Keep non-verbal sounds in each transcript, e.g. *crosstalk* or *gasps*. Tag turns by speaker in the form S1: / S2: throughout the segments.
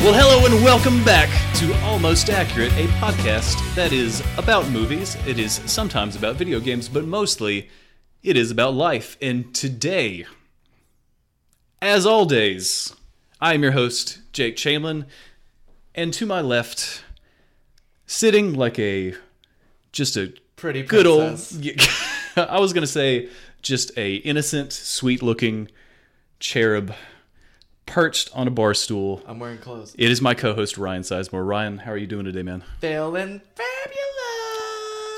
S1: Well, hello and welcome back to Almost Accurate, a podcast that is about movies. It is sometimes about video games, but mostly it is about life. And today, as always, I am your host, Jake Chamlin. And to my left, sitting like a just a
S2: pretty
S1: good old *laughs*
S2: princess.
S1: I was going to say just a innocent, sweet-looking cherub perched on a bar stool.
S2: I'm wearing clothes.
S1: It is my co-host Ryan Sizemore. Ryan, how are you doing today, man?
S2: Feeling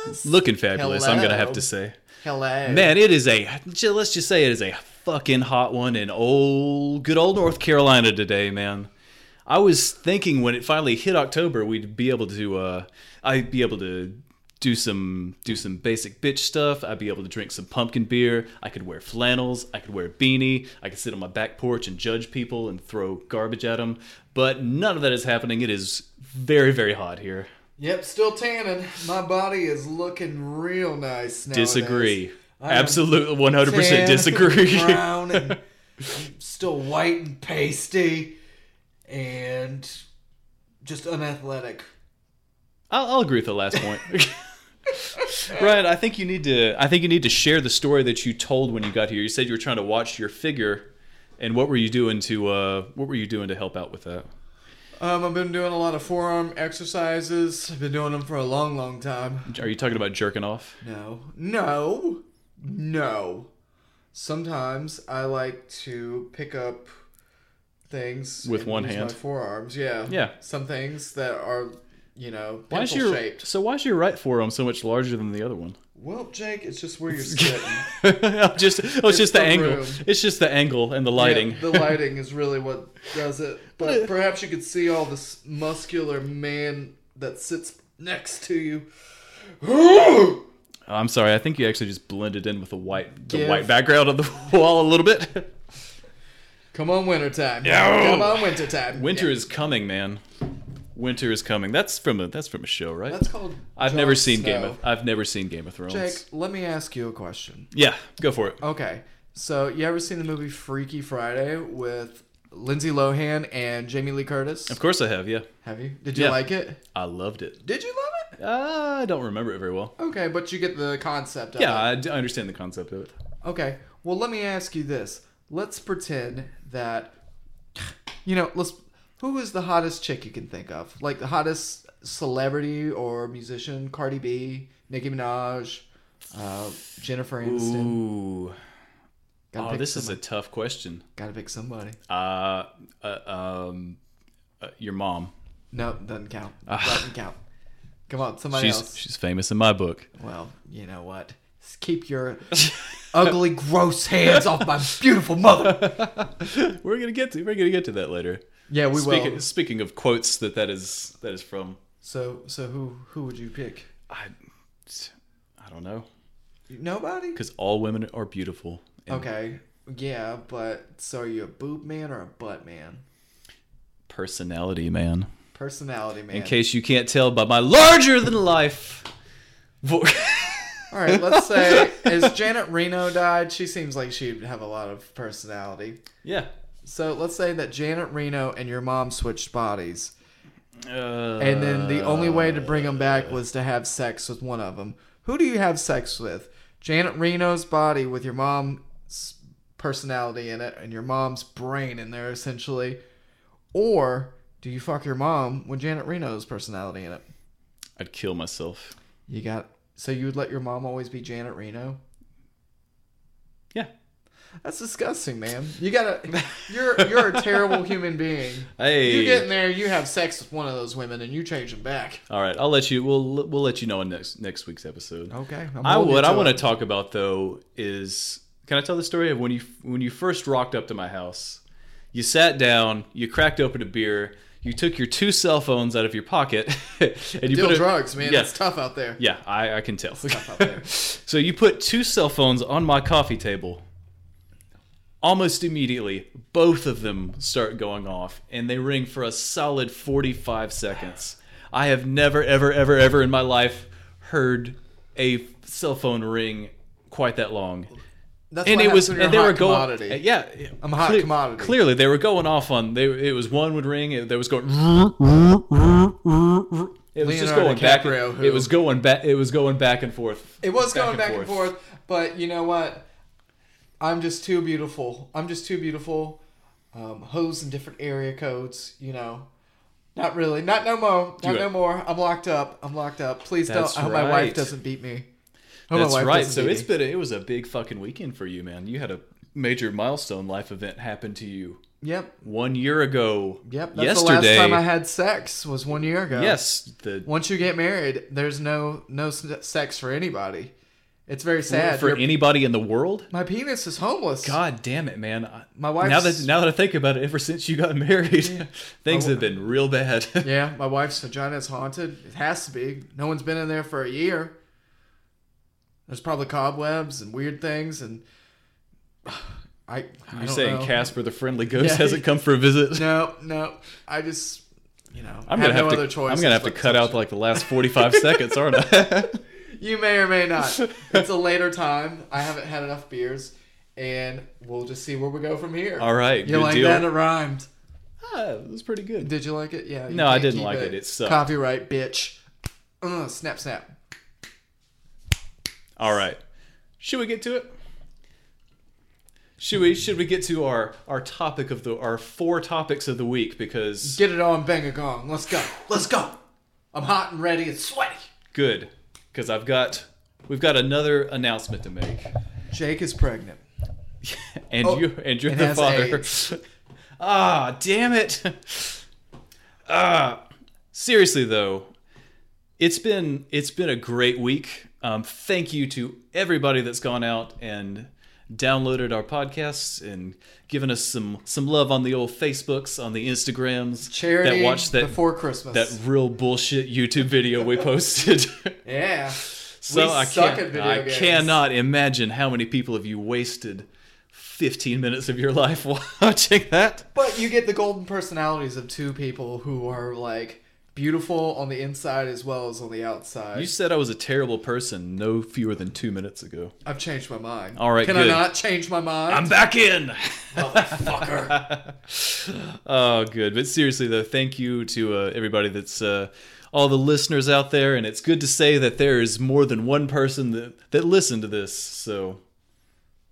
S2: fabulous.
S1: Looking fabulous, I'm gonna have
S2: Hello.
S1: to say.
S2: Hello.
S1: Man, it is a j- let's just say it is a fucking hot one in old good old North Carolina today, man. I was thinking when it finally hit October, we'd be able to uh, I'd be able to do some do some basic bitch stuff. I'd be able to drink some pumpkin beer. I could wear flannels. I could wear a beanie. I could sit on my back porch and judge people and throw garbage at them. But none of that is happening. It is very very hot here.
S2: Yep, still tanning. My body is looking real nice now.
S1: Disagree.
S2: I am
S1: Absolutely, one hundred *laughs* percent disagree.
S2: *laughs* Brown and I'm still white and pasty and just unathletic.
S1: I'll, I'll agree with the last point. *laughs* Ryan, I think you need to. I think you need to share the story that you told when you got here. You said you were trying to watch your figure, and what were you doing to uh, what were you doing to help out with that?
S2: Um, I've been doing a lot of forearm exercises. I've been doing them for a long, long time.
S1: Are you talking about jerking off?
S2: No. No. No. Sometimes I like to pick up things
S1: With
S2: and
S1: one
S2: use
S1: hand.
S2: My forearms, yeah.
S1: Yeah.
S2: Some things that are, you know,
S1: Why is
S2: pencil
S1: your
S2: shaped.
S1: so? Why is your right forearm so much larger than the other one? *laughs*
S2: Well, Jake, it's just where you're sitting.
S1: I'm *laughs* just oh, it's, just the,
S2: the
S1: angle.
S2: room.
S1: It's just the angle and the lighting.
S2: Yeah, the lighting is really what does it.
S1: *laughs*
S2: But perhaps you could see all this muscular man that sits next to you.
S1: Oh, I'm sorry. I think you actually just blended in with the white the
S2: Give-
S1: white background of the *laughs* wall a little bit.
S2: *gasps* Come on, wintertime. Come on, wintertime.
S1: Winter
S2: Yeah.
S1: is coming, man. Winter is coming. That's from a that's from a show, right?
S2: That's called.
S1: I've
S2: Jon
S1: never seen
S2: Snow.
S1: Game of I've never seen Game of Thrones.
S2: Jake, Oh. let me ask you a question.
S1: Yeah, go for it.
S2: Okay, so you ever seen the movie Freaky Friday with Lindsay Lohan and Jamie Lee Curtis?
S1: Of course I have. Yeah,
S2: Have you? Did you
S1: Yeah.
S2: like it?
S1: I loved it.
S2: Did you love it?
S1: I don't remember it very well.
S2: Okay, but you get the concept of
S1: Yeah,
S2: it.
S1: I, d- I understand the concept of it.
S2: Okay, well, let me ask you this. Let's pretend that, you know, let's. Who is the hottest chick you can think of? Like the hottest celebrity or musician? Cardi B, Nicki Minaj, uh, Jennifer Aniston.
S1: Ooh,
S2: Gotta
S1: oh,
S2: pick
S1: this is a
S2: somebody.
S1: tough question.
S2: Gotta pick somebody.
S1: Uh, uh um, uh, your mom.
S2: No, doesn't count. Doesn't count. Come on, somebody
S1: Ah. She's
S2: else.
S1: she's famous in my book.
S2: Well, you know what? Just keep your ugly, gross hands off my
S1: *laughs*
S2: beautiful mother.
S1: We're gonna get to we're gonna get to that later.
S2: Yeah, we
S1: Speaking,
S2: will.
S1: speaking of quotes that that is that is from.
S2: So, so who who would you pick?
S1: I I don't know
S2: Nobody.
S1: because all women are beautiful. and
S2: Okay. Yeah, but so are you a boob man or a butt man?
S1: Personality, man.
S2: Personality man.
S1: In case you can't tell by my larger than life. vo- *laughs*
S2: All right, let's say as Janet Reno died, she seems like she'd have a lot of personality.
S1: yeah.
S2: So let's say that Janet Reno and your mom switched bodies.
S1: Uh,
S2: and then the only way to bring them back was to have sex with one of them. Who do you have sex with? Janet Reno's body with your mom's personality in it and your mom's brain in there, essentially, or do you fuck your mom with Janet Reno's personality in it?
S1: I'd kill myself.
S2: You got so you would let your mom always be Janet Reno?
S1: Yeah.
S2: That's disgusting, man. You gotta. You're you're a terrible human being.
S1: Hey.
S2: You get in there, you have sex with one of those women, and you change them back.
S1: All right, I'll let you. We'll we'll let you know in next next week's episode.
S2: Okay, I'm
S1: I
S2: holding
S1: what
S2: you
S1: I
S2: to
S1: want to
S2: it.
S1: talk about though is can I tell the story of when you when you first rocked up to my house? You sat down, you cracked open a beer, you took your two cell phones out of your pocket, *laughs* and you
S2: Deal
S1: put a-
S2: drugs, man.
S1: Yeah,
S2: It's tough out there.
S1: Yeah, I, I can tell.
S2: Tough out there.
S1: *laughs* So you put two cell phones on my coffee table. Almost immediately, both of them start going off and they ring for a solid 45 seconds. I have never, ever, ever, ever in my life heard a cell phone ring quite that long.
S2: That's
S1: And
S2: what
S1: it was,
S2: happens when you're
S1: and they
S2: a hot
S1: were going,
S2: commodity.
S1: yeah,
S2: I'm a hot commodity.
S1: Clearly, they were going off on. They, it was one would ring. It, there was going. It was just
S2: Leonardo
S1: going back.
S2: DiCaprio, who-
S1: It was going back. It was going back and forth.
S2: It was going back and forth. but you know what? I'm just too beautiful. I'm just too beautiful. Um, hoes in different area codes, you know. Not really. Not no more. Not
S1: it.
S2: no more. I'm locked up. I'm locked up. Please
S1: That's
S2: don't. I hope my wife
S1: right.
S2: doesn't beat me. I hope my
S1: That's
S2: wife
S1: right.
S2: doesn't
S1: So
S2: beat
S1: it's
S2: me.
S1: been. A, it was a big fucking weekend for you, man. You had a major milestone life event happen to you
S2: Yep.
S1: one year ago.
S2: Yep. That's
S1: yesterday.
S2: the last time I had sex was one year ago.
S1: yes. The
S2: Once you get married, there's no no s- sex for anybody. It's very sad.
S1: for
S2: Your-
S1: anybody in the world.
S2: my penis is homeless.
S1: God damn it, man! I-
S2: My
S1: now
S2: wife's-
S1: that now that I think about it, ever since you got *laughs* married, things have been real bad. *laughs*
S2: Yeah, my wife's vagina is haunted. It has to be. No one's been in there for a year. There's probably cobwebs and weird things, and *sighs* I. I
S1: You're
S2: don't
S1: saying
S2: know.
S1: Casper the Friendly Ghost
S2: Yeah.
S1: hasn't come for a visit?
S2: No, no. I just, you know,
S1: *laughs* I'm
S2: have
S1: gonna have,
S2: no
S1: to.
S2: other choice.
S1: I'm gonna have to
S2: but
S1: cut out like the last
S2: *laughs*
S1: 45 seconds, aren't I?
S2: You may or may not.
S1: *laughs*
S2: It's a later time. I haven't had enough beers, and we'll just see where we go from here.
S1: All right,
S2: You
S1: good
S2: like
S1: deal.
S2: that? It rhymed.
S1: ah, it was pretty good.
S2: Did you like it? Yeah. you
S1: No, I
S2: can't
S1: didn't
S2: keep
S1: like it. It sucked.
S2: Copyright, bitch. Uh, snap, snap.
S1: All right, should we get to it? Should we should we get to our our topic of the our four topics of the week because
S2: Get it on, bang a gong. Let's go. Let's go. I'm hot and ready and sweaty.
S1: good because I've got we've got another announcement to make
S2: Jake is pregnant.
S1: and you and you're
S2: Oh, it
S1: the
S2: has
S1: father. *laughs* ah, damn it. *laughs* ah, seriously though, it's been it's been a great week. Um, thank you to everybody that's gone out and downloaded our podcasts and given us some some love on the old Facebooks, on the Instagrams,
S2: Charity
S1: that watched that
S2: before Christmas.
S1: that real bullshit YouTube video
S2: *laughs*
S1: we posted.
S2: yeah.
S1: So
S2: We
S1: I
S2: suck
S1: can't.
S2: at video
S1: I
S2: games.
S1: cannot imagine how many people have you wasted 15 minutes of your life *laughs* watching that.
S2: But you get the golden personalities of two people who are like beautiful on the inside as well as on the outside.
S1: You said I was a terrible person no fewer than two minutes ago.
S2: I've changed my mind.
S1: All right,
S2: Can I
S1: good.
S2: not change my mind?
S1: I'm back in.
S2: Motherfucker.
S1: oh, good. But seriously though, thank you to uh, everybody that's uh, all the listeners out there, and it's good to say that there is more than one person that that listened to this. So
S2: *laughs*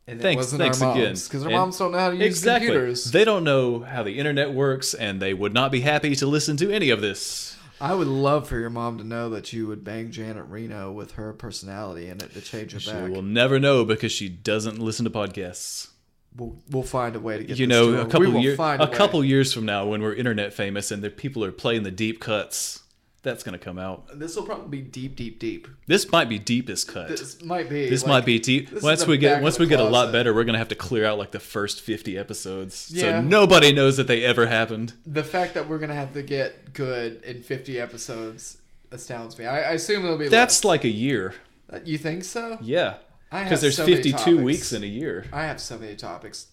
S2: And
S1: Thanks,
S2: it wasn't
S1: thanks
S2: our moms,
S1: again.
S2: Because our
S1: And-
S2: moms don't know how to use
S1: exactly.
S2: computers.
S1: They don't know how the internet works, and they would not be happy to listen to any of this.
S2: I would love for your mom to know that you would bang Janet Reno with her personality in it to change her back.
S1: She will never know because she doesn't listen to podcasts.
S2: We'll, we'll find a way to get
S1: You
S2: this
S1: know,
S2: to her.
S1: a
S2: We
S1: couple
S2: will
S1: years
S2: find
S1: a
S2: way.
S1: couple years from now, when we're internet famous and the people are playing the deep cuts, that's gonna come out.
S2: This will probably be deep, deep, deep.
S1: This might be deepest cut. This,
S2: This might be. like-
S1: might be deep.
S2: this is
S1: Once
S2: the
S1: we
S2: back
S1: get
S2: of
S1: once
S2: the
S1: we get a lot
S2: closet.
S1: better, we're gonna have to clear out like the first fifty episodes,
S2: Yeah.
S1: so nobody knows that they ever happened.
S2: The fact that we're gonna have to get good in 50 episodes astounds me. I, I assume it'll be.
S1: That's like a year.
S2: less. Uh, you think so?
S1: Yeah,
S2: I have
S1: because there's
S2: so many
S1: fifty-two
S2: topics.
S1: weeks in a year.
S2: I have so many topics.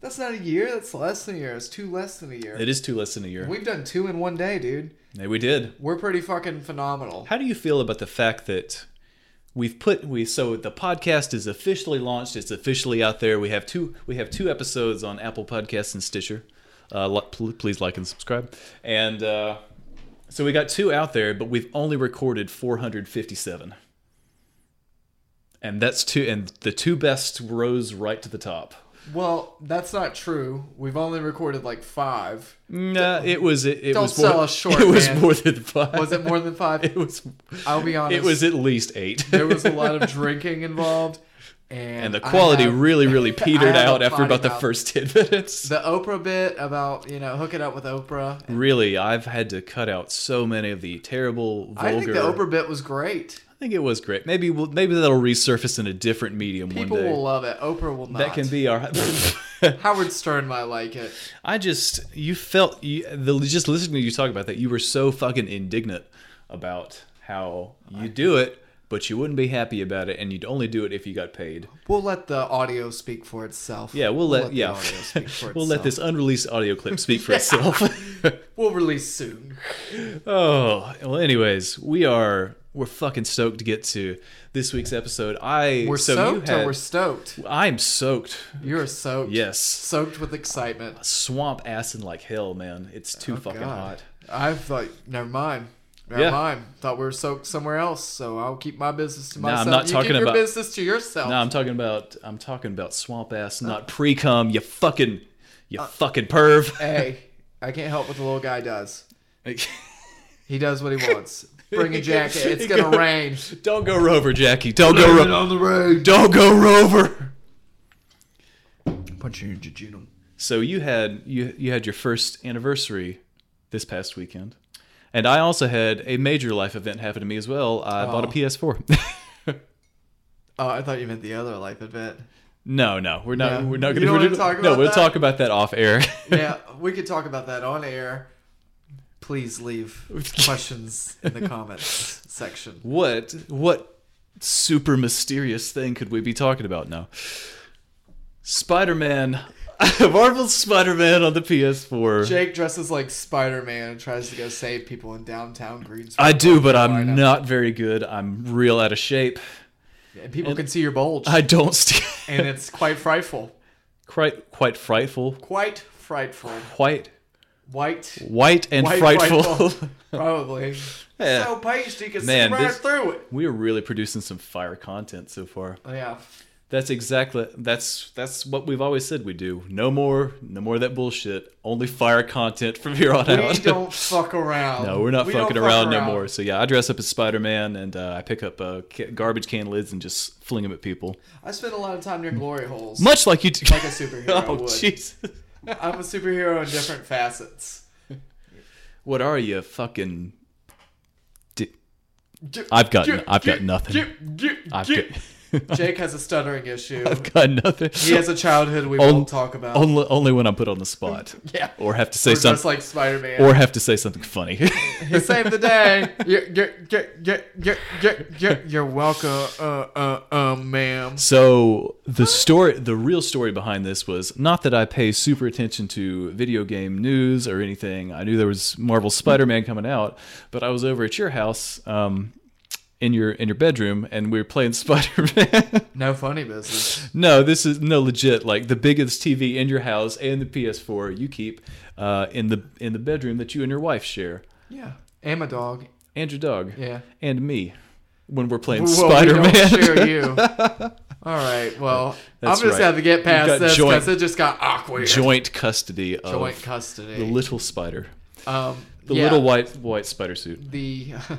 S2: That's not a year. That's less than a year. It's two less than a year.
S1: It is two less than a year.
S2: We've done two in one day, dude.
S1: Yeah, we did.
S2: We're pretty fucking phenomenal.
S1: How do you feel about the fact that we've put we so the podcast is officially launched, it's officially out there. We have two we have two episodes on Apple Podcasts and Stitcher. Uh, li- pl- please like and subscribe. And uh, so we got two out there, but we've only recorded 457. And that's two and the two best rose right to the top.
S2: Well, that's not true. We've only recorded like five.
S1: Nah, it was it, it
S2: Don't
S1: was
S2: sell
S1: more,
S2: us
S1: *laughs*
S2: short,
S1: It was
S2: man.
S1: more than five.
S2: Was it more than
S1: *laughs*
S2: five?
S1: It was
S2: I'll be honest.
S1: it was at least eight. *laughs*
S2: there was a lot of drinking involved. and,
S1: and the
S2: *laughs* I
S1: quality
S2: have-
S1: really, really petered
S2: have a
S1: out after
S2: potty
S1: about the
S2: mouth.
S1: first *laughs* ten minutes.
S2: The Oprah bit about you know hooking up with Oprah.
S1: really, I've had to cut out so many of the terrible, vulgar.
S2: I think the Oprah bit was great.
S1: I think it was great. Maybe we'll, maybe that'll resurface in a different medium
S2: People
S1: one day.
S2: will love it. Oprah will not.
S1: that can be our. *laughs*
S2: Howard Stern might like it.
S1: I just you felt you, the just listening to you talk about that you were so fucking indignant about how you do it, but you wouldn't be happy about it, and you'd only do it if you got paid.
S2: We'll let the audio speak for itself.
S1: Yeah, we'll let,
S2: the
S1: yeah
S2: audio speak for
S1: *laughs* we'll let
S2: itself.
S1: this unreleased audio clip speak
S2: *laughs*
S1: for itself. *laughs*
S2: We'll release soon.
S1: oh well, anyways, we are we're fucking stoked to get to this week's episode. I
S2: We're
S1: so you
S2: soaked or
S1: had-
S2: we're stoked.
S1: I'm soaked.
S2: You're soaked.
S1: Yes,
S2: Soaked with excitement.
S1: swamp acid like hell, man. It's too
S2: Oh,
S1: fucking hot.
S2: I thought, never mind. Never
S1: Yeah.
S2: mind. Thought we were soaked somewhere else, so I'll keep my business to
S1: I'm
S2: myself.
S1: not
S2: you
S1: talking
S2: keep
S1: about-
S2: your business to yourself.
S1: No, I'm talking about I'm talking about swamp ass, not pre cum. You fucking you
S2: Uh,
S1: fucking
S2: *laughs*
S1: perv.
S2: hey, I can't help what the little guy does.
S1: Don't
S2: He does what
S1: *laughs*
S2: he wants. Bring a jacket. It's gonna rain.
S1: go Rover, Jackie. Don't go Rover.
S2: on the road.
S1: Don't go Rover.
S2: Punch you in your genome.
S1: So you had you you had your first anniversary this past weekend, and I also had a major life event happen to me as well. I bought a PS4.
S2: Oh, I thought you meant the other life event.
S1: *laughs* no, no, we're not.
S2: Yeah.
S1: We're not
S2: You
S1: going
S2: don't
S1: to
S2: wanna talk
S1: No,
S2: about
S1: we'll
S2: that?
S1: talk about that off air. *laughs*
S2: Yeah, we could talk about that on air. Please leave questions in
S1: *laughs*
S2: the comments section.
S1: what what super mysterious thing could we be talking about now? Spider-Man, *laughs* Marvel's Spider-Man on the PS4.
S2: Jake dresses like Spider Man and tries to go save people in downtown Greensboro.
S1: I do, but
S2: Carolina.
S1: I'm not very good. I'm real out of shape.
S2: And people can see your bulge,
S1: I don't st- *laughs*
S2: and it's quite frightful.
S1: quite quite frightful,
S2: Quite frightful.
S1: quite
S2: White.
S1: white and
S2: White
S1: frightful.
S2: Probably.
S1: Yeah.
S2: So pasty, you can
S1: *laughs* Man,
S2: see right
S1: this-
S2: through it. Oh,
S1: we are really producing some fire content so far.
S2: Yeah.
S1: That's exactly that's that's what we've always said we do. No more, no more of that bullshit. Only fire content from here on
S2: We
S1: out.
S2: don't fuck around.
S1: *laughs* No, we're not
S2: We don't
S1: fucking
S2: fuck
S1: around, no more. So yeah, I dress up as Spider Man and uh, I pick up uh, ca- garbage can lids and just fling them at people,
S2: I spend a lot of time near glory holes.
S1: much like you do.
S2: Like
S1: *laughs*
S2: a superhero
S1: oh
S2: would.
S1: jeez,
S2: I'm a superhero in different facets.
S1: what are you fucking? Di-
S2: J-
S1: I've got
S2: j-
S1: I've got
S2: j-
S1: nothing.
S2: j- j-
S1: I've
S2: j-
S1: got,
S2: Jake has a stuttering issue.
S1: I've got *laughs* nothing.
S2: He has a childhood we
S1: On-
S2: won't talk
S1: *laughs*
S2: about.
S1: only only when I'm put on the spot.
S2: *laughs* Yeah.
S1: or have to say
S2: We're just
S1: something.
S2: like Spider Man.
S1: or have to say something funny. *laughs*
S2: He saved the day. you're, you're, you're, you're, you're, you're, you're, you're welcome, uh, uh, uh, ma'am.
S1: So the story, the real story behind this was not that I pay super attention to video game news or anything. I knew there was Marvel Spider-Man coming out, but I was over at your house um, in your in your bedroom, and we were playing *laughs* Spider-Man.
S2: No funny business.
S1: no, this is no legit. Like the biggest TV in your house and the PS4 you keep uh, in the in the bedroom that you and your wife share,
S2: Yeah. Am a dog.
S1: and your dog,
S2: Yeah.
S1: and me when we're playing
S2: Well, we don't
S1: Spider-Man.
S2: share you. All right. Well,
S1: That's
S2: I'm just
S1: right.
S2: have to get
S1: You've got
S2: past this
S1: joint-
S2: because it just got
S1: *laughs*
S2: awkward.
S1: Joint custody of
S2: Joint custody.
S1: the little spider.
S2: um,
S1: The
S2: yeah,
S1: little white white spider suit
S2: The, *laughs* the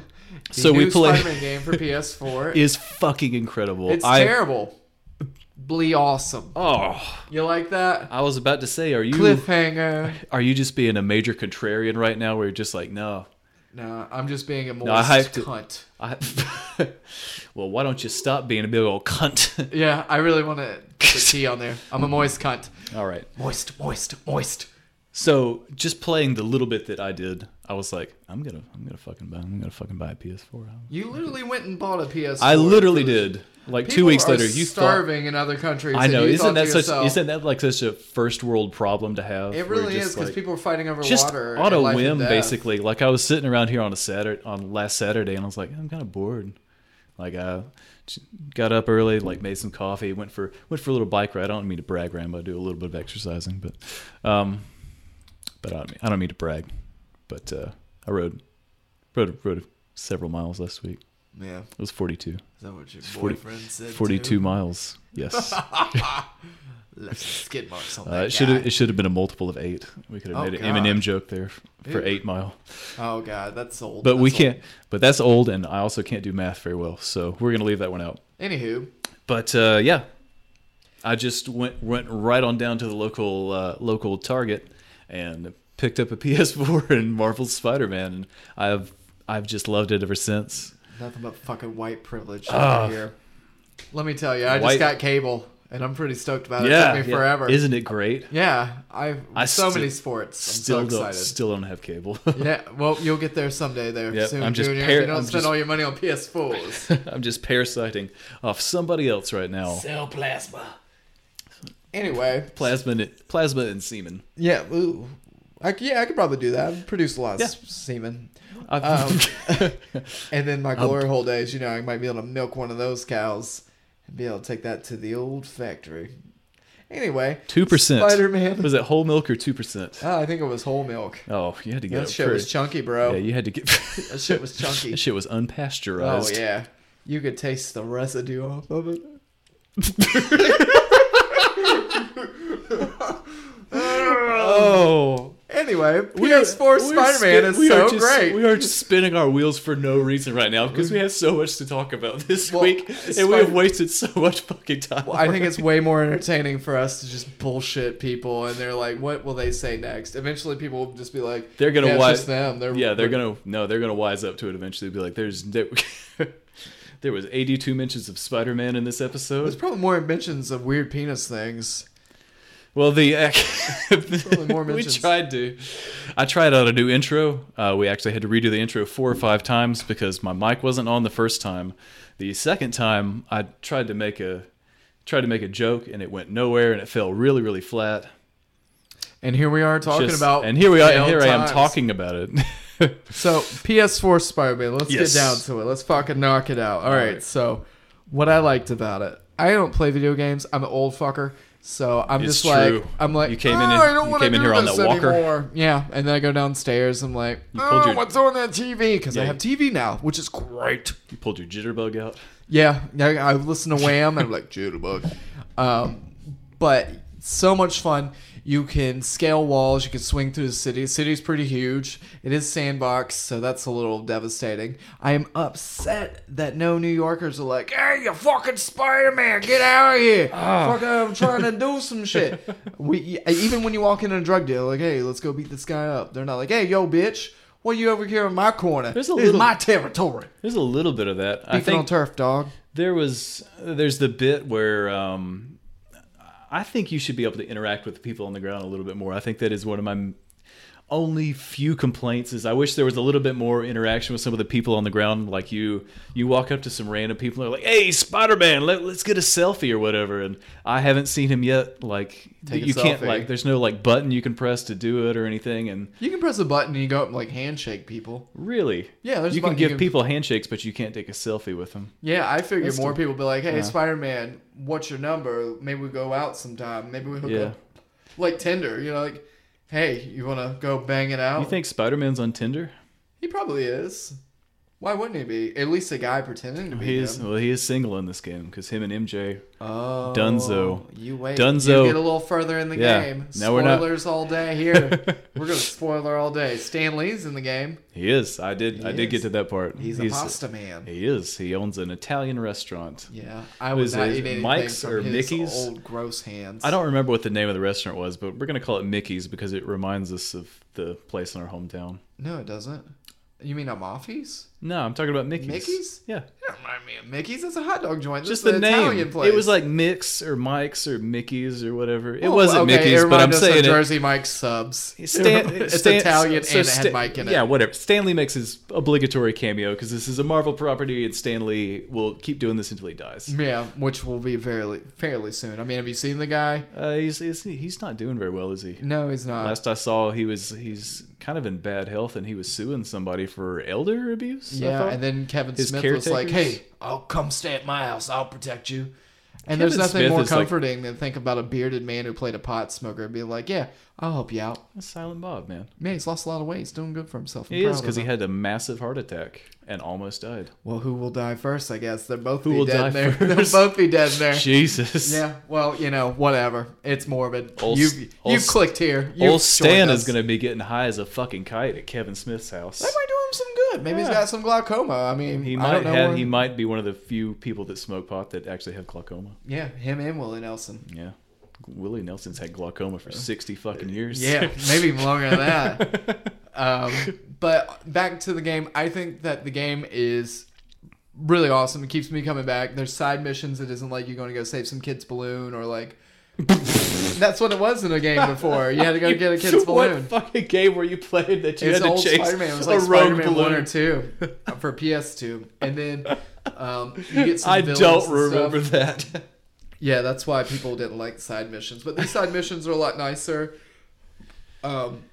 S1: So we
S2: new
S1: play-
S2: Spider-Man
S1: *laughs*
S2: game for PS4.
S1: is fucking incredible.
S2: it's
S1: I,
S2: terrible. Blee awesome.
S1: Oh,
S2: You like that?
S1: I was about to say, are you
S2: Cliffhanger.
S1: are you just being a major contrarian right now? Where you're just like, no,
S2: No, I'm just being a moist
S1: I hyped it.
S2: cunt.
S1: I. *laughs* well, why don't you stop being a big old cunt? *laughs*
S2: Yeah, I really want to put the T on there. I'm a moist cunt.
S1: All right.
S2: Moist, moist, moist.
S1: So just playing the little bit that I did, I was like, I'm gonna, I'm gonna fucking buy, I'm gonna fucking buy a PS4.
S2: You literally went and bought a PS4.
S1: I literally
S2: for the-
S1: did. Like two
S2: People
S1: weeks
S2: are
S1: later, you thought.
S2: starving in other countries.
S1: I
S2: and
S1: know,
S2: you
S1: isn't
S2: thought
S1: that
S2: to
S1: such?
S2: yourself,
S1: Isn't that like such a first world problem to have?
S2: It
S1: where
S2: really
S1: just
S2: is because
S1: like-
S2: people are fighting over
S1: just
S2: water.
S1: on a
S2: and life and
S1: whim
S2: death.
S1: basically like i was sitting around here on a saturday on last saturday and i was like i'm kind of bored like i j- got up early like made some coffee went for went for a little bike ride i don't mean to brag Rambo. i do a little bit of exercising but um but i don't mean, I don't mean to brag but uh i rode rode rode several miles last week it
S2: Yeah, is
S1: was 42
S2: that what your
S1: 40
S2: boyfriend said?
S1: 42 miles
S2: *laughs*
S1: yes uh,
S2: Left skid marks on
S1: it
S2: that
S1: should have
S2: guy.
S1: it should have been a multiple of eight we could have
S2: Oh,
S1: made
S2: God.
S1: an m&m joke there for
S2: Ew.
S1: eight mile
S2: Oh god, that's old.
S1: But
S2: that's
S1: we
S2: old.
S1: can't. But that's old, and I also can't do math very well, so we're gonna leave that one out.
S2: Anywho,
S1: But uh, yeah, I just went went right on down to the local uh, local Target and picked up a *laughs* PS4 and Marvel's Spider Man, and I've I've just loved it ever since.
S2: Nothing but fucking white privilege over here. Let me tell you, I
S1: Ah. White-
S2: just got cable, and I'm pretty stoked about it.
S1: yeah,
S2: it took me
S1: yeah.
S2: forever.
S1: Isn't it great?
S2: yeah, I've
S1: I
S2: so
S1: still-
S2: many sports. I'm
S1: still
S2: so
S1: don't
S2: excited.
S1: still don't have cable.
S2: yeah, well, you'll get there someday, there
S1: Yep,
S2: soon,
S1: I'm just
S2: Junior.
S1: par-
S2: if you don't
S1: I'm
S2: spend
S1: just-
S2: all your money
S1: *laughs*
S2: on
S1: *laughs*
S2: PS4s.
S1: I'm just parasiting off somebody else right now.
S2: Sell plasma. Anyway,
S1: Plasma, plasma, and semen.
S2: yeah, ooh, I, c- yeah, I could probably do that. Produce a lot of s- semen.
S1: I've, *laughs*
S2: And then my
S1: Um,
S2: glory hole days, you know, I might be able to milk one of those cows and be able to take that to the old factory. Anyway,
S1: Two percent.
S2: Spider Man.
S1: Was that whole milk or two percent?
S2: Oh, I think it was whole milk.
S1: Oh, you had to get
S2: That
S1: it
S2: shit was
S1: pretty-
S2: chunky, bro.
S1: Yeah, you had to get. *laughs*
S2: that shit was
S1: that *laughs*
S2: chunky.
S1: shit was
S2: oh
S1: unpasteurized.
S2: yeah, you could taste the residue off of it.
S1: Oh.
S2: Anyway, PS4
S1: We are
S2: Spider Man
S1: spin-
S2: is
S1: we are
S2: so
S1: just-
S2: great.
S1: We are just spinning our wheels for no reason right now because we have so much to talk about this
S2: Well,
S1: week, and we
S2: Spider-
S1: have wasted so much fucking time.
S2: I think it's way more entertaining for us to just bullshit people, and they're like, "What will they say next?" Eventually, people will just be
S1: *laughs*
S2: like,
S1: they're gonna
S2: yeah, it's
S1: wise
S2: just them. They're,
S1: yeah, they're gonna no, they're gonna wise up to it eventually. Be like, there's *laughs* there, there was 82 mentions of Spider-Man in this
S2: There's
S1: episode.
S2: probably more mentions of weird penis things.
S1: Well, the *laughs*
S2: more
S1: we
S2: mentions.
S1: tried to, I tried out a new intro. Uh, we actually had to redo the intro four or five times because my mic wasn't on the first time. The second time, I tried to make a tried to make a joke and it went nowhere and it fell really really flat.
S2: And here we are talking
S1: Just-
S2: about.
S1: and here we are, and
S2: failed
S1: here I am
S2: times.
S1: talking about it. *laughs*
S2: So PS4 Spider-Man, let's
S1: Yes.
S2: get down to it. Let's fucking knock it out. All right, So, what I liked about it, I don't play video games. I'm an old fucker. So I'm
S1: It's
S2: just like
S1: true.
S2: I'm like
S1: You came in
S2: "Oh,
S1: and-
S2: I don't
S1: you
S2: wanna
S1: came in
S2: do
S1: here on
S2: this
S1: that walker."
S2: anymore." Yeah, and then I go downstairs. I'm like,
S1: pulled
S2: "Oh,
S1: your-
S2: what's on that TV? Because I
S1: Yeah.
S2: have TV now, which is great.
S1: you pulled your jitterbug out.
S2: Yeah, I, I listen to Wham and I'm like Jitterbug. Um, but so much fun. You can scale walls. You can swing through the city. The city's pretty huge. It is sandbox, so that's a little devastating. I am upset that no New Yorkers are like, "Hey, you fucking Spider Man, get out of here!
S1: Ah.
S2: Fuck, I'm trying to do some shit." We e, even when you walk in a drug deal, like, "Hey, let's go beat this guy up." They're not like, "Hey, yo, bitch, what you over here in my corner? This
S1: a
S2: is
S1: little-
S2: my territory."
S1: There's a little bit of that. I
S2: Beefing
S1: think
S2: on turf, dog.
S1: there was there's the bit where um, I think you should be able to interact with the people on the ground a little bit more. I think that is one of my only few complaints is I wish there was a little bit more interaction with some of the people on the ground. Like you, you walk up to some random people and they're like, "Hey, Spider Man, let, let's get a selfie or whatever." And I haven't seen him yet. Like
S2: Take a
S1: you can't
S2: selfie.
S1: like there's no like button you can press to do it or anything. And
S2: You can press a button and you go up and like handshake people.
S1: really,
S2: Yeah, there's a
S1: you can
S2: button you
S1: give
S2: can-
S1: people handshakes, but you can't take a selfie with them.
S2: Yeah, I figure more people be like, "Hey, Spider Man, what's your number? Maybe we go out sometime. Maybe we hook
S1: Yeah.
S2: up, like Tinder. You know, like, hey, you wanna go bang it out?
S1: You think Spider Man's on Tinder?
S2: he probably is. Why wouldn't he be? At least a guy pretending to be
S1: He is
S2: him.
S1: well. He is single in this game because him and MJ,
S2: Oh.
S1: Dunzo,
S2: You wait.
S1: Dunzo.
S2: You get a little further in the
S1: Yeah.
S2: game.
S1: Now we're not-
S2: Spoilers all
S1: *laughs*
S2: day here. we're gonna spoiler all day. Stan Lee's in the game.
S1: He is. I did. I did
S2: is.
S1: get to that part.
S2: He's, a pasta man.
S1: He is. He owns an Italian restaurant.
S2: yeah, I would
S1: is
S2: not
S1: it?
S2: eat anything
S1: Mike's
S2: from
S1: or
S2: his
S1: Mickey's?
S2: old gross hands.
S1: I don't remember what the name of the restaurant was, but we're gonna call it Mickey's because it reminds us of the place in our hometown.
S2: No, it doesn't. You mean Amalfi's?
S1: No, I'm talking about Mickey's.
S2: Mickey's?
S1: Yeah.
S2: Don't remind me of Mickey's. That's a hot dog joint.
S1: Just
S2: That's
S1: the
S2: an
S1: name.
S2: Italian place.
S1: It was like Mix or Mike's or Mickey's or whatever. It
S2: Well,
S1: wasn't
S2: Oh, okay,
S1: Mickey's,
S2: it
S1: but I'm
S2: reminded us
S1: saying
S2: of
S1: it.
S2: Jersey Mike's subs.
S1: Stan,
S2: it's
S1: Stan-
S2: Italian
S1: so
S2: and it
S1: Stan-
S2: had Mike in it.
S1: Yeah, whatever. Stanley makes his obligatory cameo because this is a Marvel property, and Stanley will keep doing this until he dies.
S2: Yeah, which will be fairly fairly soon. I mean, have you seen the guy?
S1: Uh, he's, he's he's not doing very well, is he?
S2: No, he's not.
S1: Last I saw, he was he's kind of in bad health, and he was suing somebody for elder abuse. I
S2: yeah,
S1: thought.
S2: and then Kevin
S1: His
S2: Smith was like,
S1: caretakers?
S2: "Hey, I'll come stay at my house. I'll protect you." And there's
S1: Kevin
S2: nothing
S1: Smith
S2: more
S1: is like-
S2: comforting than think about a bearded man who played a pot smoker and be like, "Yeah, I'll help you out."
S1: That's Silent Bob, man,
S2: Man, he's lost a lot of weight. He's doing good for himself. I'm
S1: he
S2: proud
S1: is
S2: of
S1: because he
S2: him.
S1: had a massive heart attack and almost died.
S2: Well, who will die first? I guess they're both
S1: Who
S2: be
S1: will
S2: dead
S1: die
S2: in there. *laughs* they They'll
S1: first?
S2: both be dead
S1: *laughs*
S2: in there.
S1: Jesus.
S2: *laughs* Yeah, well, you know, whatever. It's morbid.
S1: Ol-
S2: you you
S1: ol-
S2: clicked here. You
S1: Old Stan is
S2: to.
S1: gonna be getting high as a fucking kite at Kevin Smith's house.
S2: Am I doing him some good. Maybe he's got some glaucoma. I mean,
S1: He
S2: I
S1: might
S2: don't know.
S1: have.
S2: where-
S1: He might be one of the few people that smoke pot that actually have glaucoma.
S2: yeah, him and Willie Nelson.
S1: Yeah, Willie Nelson's had glaucoma for sixty fucking years. *laughs*
S2: *laughs* Yeah, maybe even longer than that. Um, but back to the game, I think that the game is really awesome. It keeps me coming back. There's side missions. It isn't like you're going to go save some kid's balloon
S1: *laughs*
S2: or like. That's what it was in a game before. You had to go get a kid's balloon.
S1: *laughs* What fucking game were you playing that you
S2: it's
S1: had
S2: old
S1: to chase
S2: Spider-Man. It was like
S1: a rogue
S2: Spider-Man
S1: balloon?
S2: one or two uh, for PS2, and then um,
S1: *laughs*
S2: you get some.
S1: I
S2: villains
S1: don't
S2: and stuff.
S1: remember
S2: *laughs*
S1: that.
S2: Yeah, that's why people didn't like side missions. But these side missions are a lot nicer um,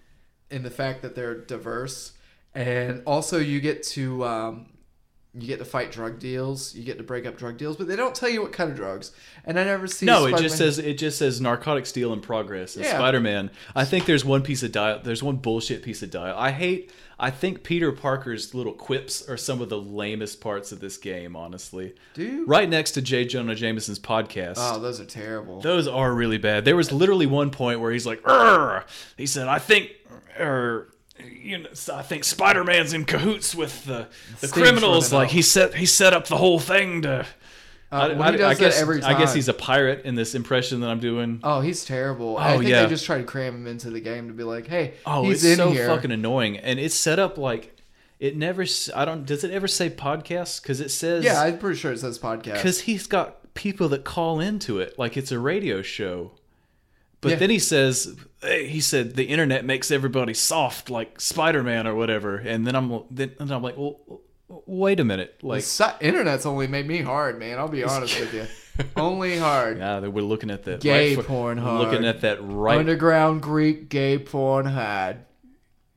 S2: in the fact that they're diverse. And also you get to um, you get to fight drug deals, you get to break up drug deals, but they don't tell you what kind of drugs. And I never see
S1: No, it
S2: Spider-Man-
S1: just says it just says narcotic steal in progress. And
S2: Yeah.
S1: Spider-Man. I think there's one piece of dial. There's one bullshit piece of dial. I hate. I think Peter Parker's little quips are some of the lamest parts of this game. Honestly,
S2: Do you?
S1: right next to J. Jonah Jameson's podcast.
S2: Oh, those are terrible.
S1: Those are really bad. There was literally one point where he's like, "Urgh." he said, "I think, er, you know, I think Spider Man's in cahoots with the, the
S2: Steve's
S1: criminals.
S2: running
S1: Like
S2: out.
S1: he set he set up the whole thing to." I,
S2: well, he
S1: I-
S2: does
S1: I
S2: that
S1: guess
S2: every
S1: I guess
S2: time.
S1: he's a pirate in this impression that I'm doing.
S2: Oh, he's terrible. I
S1: Oh,
S2: think
S1: yeah.
S2: they just try to cram him into the game to be like, "Hey,
S1: Oh,
S2: he's
S1: it's
S2: in
S1: so
S2: here."
S1: fucking annoying, and it's set up like it never. s- I don't. Does it ever say podcast? Because it says
S2: yeah, I'm pretty sure it says podcast.
S1: because he's got people that call into it like it's a radio show but
S2: Yeah.
S1: then he says eh, he said the internet makes everybody soft like spider-man or whatever and then i'm then, and i'm like well w- wait a minute like
S2: Si- internet's only made me hard, man. I'll be honest
S1: *laughs*
S2: with you, only hard.
S1: yeah we're looking at that
S2: Gay
S1: right foot-
S2: porn
S1: we're looking
S2: hard.
S1: at that right
S2: Underground Greek gay porn had.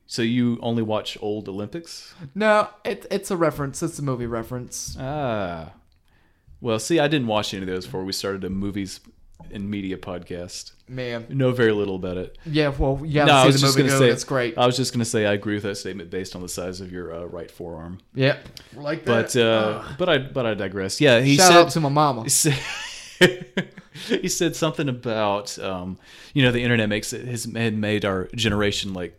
S1: so you only watch old olympics
S2: No, it, it's a reference. It's a movie reference.
S1: ah well see i didn't watch any of those before we started a movies and media podcast
S2: Man.
S1: know very little about it
S2: Yeah, well, yeah,
S1: No, I
S2: see
S1: was
S2: the
S1: just
S2: movie
S1: gonna
S2: dude,
S1: say uh,
S2: it's great.
S1: I was just gonna say I agree with that statement based on the size of your uh, right forearm.
S2: yep. Like that.
S1: But uh, but I but I digress. Yeah, he
S2: Shout
S1: said,
S2: out to my
S1: *laughs*
S2: mama.
S1: he said he said something about um, you know the internet makes it has had made our generation like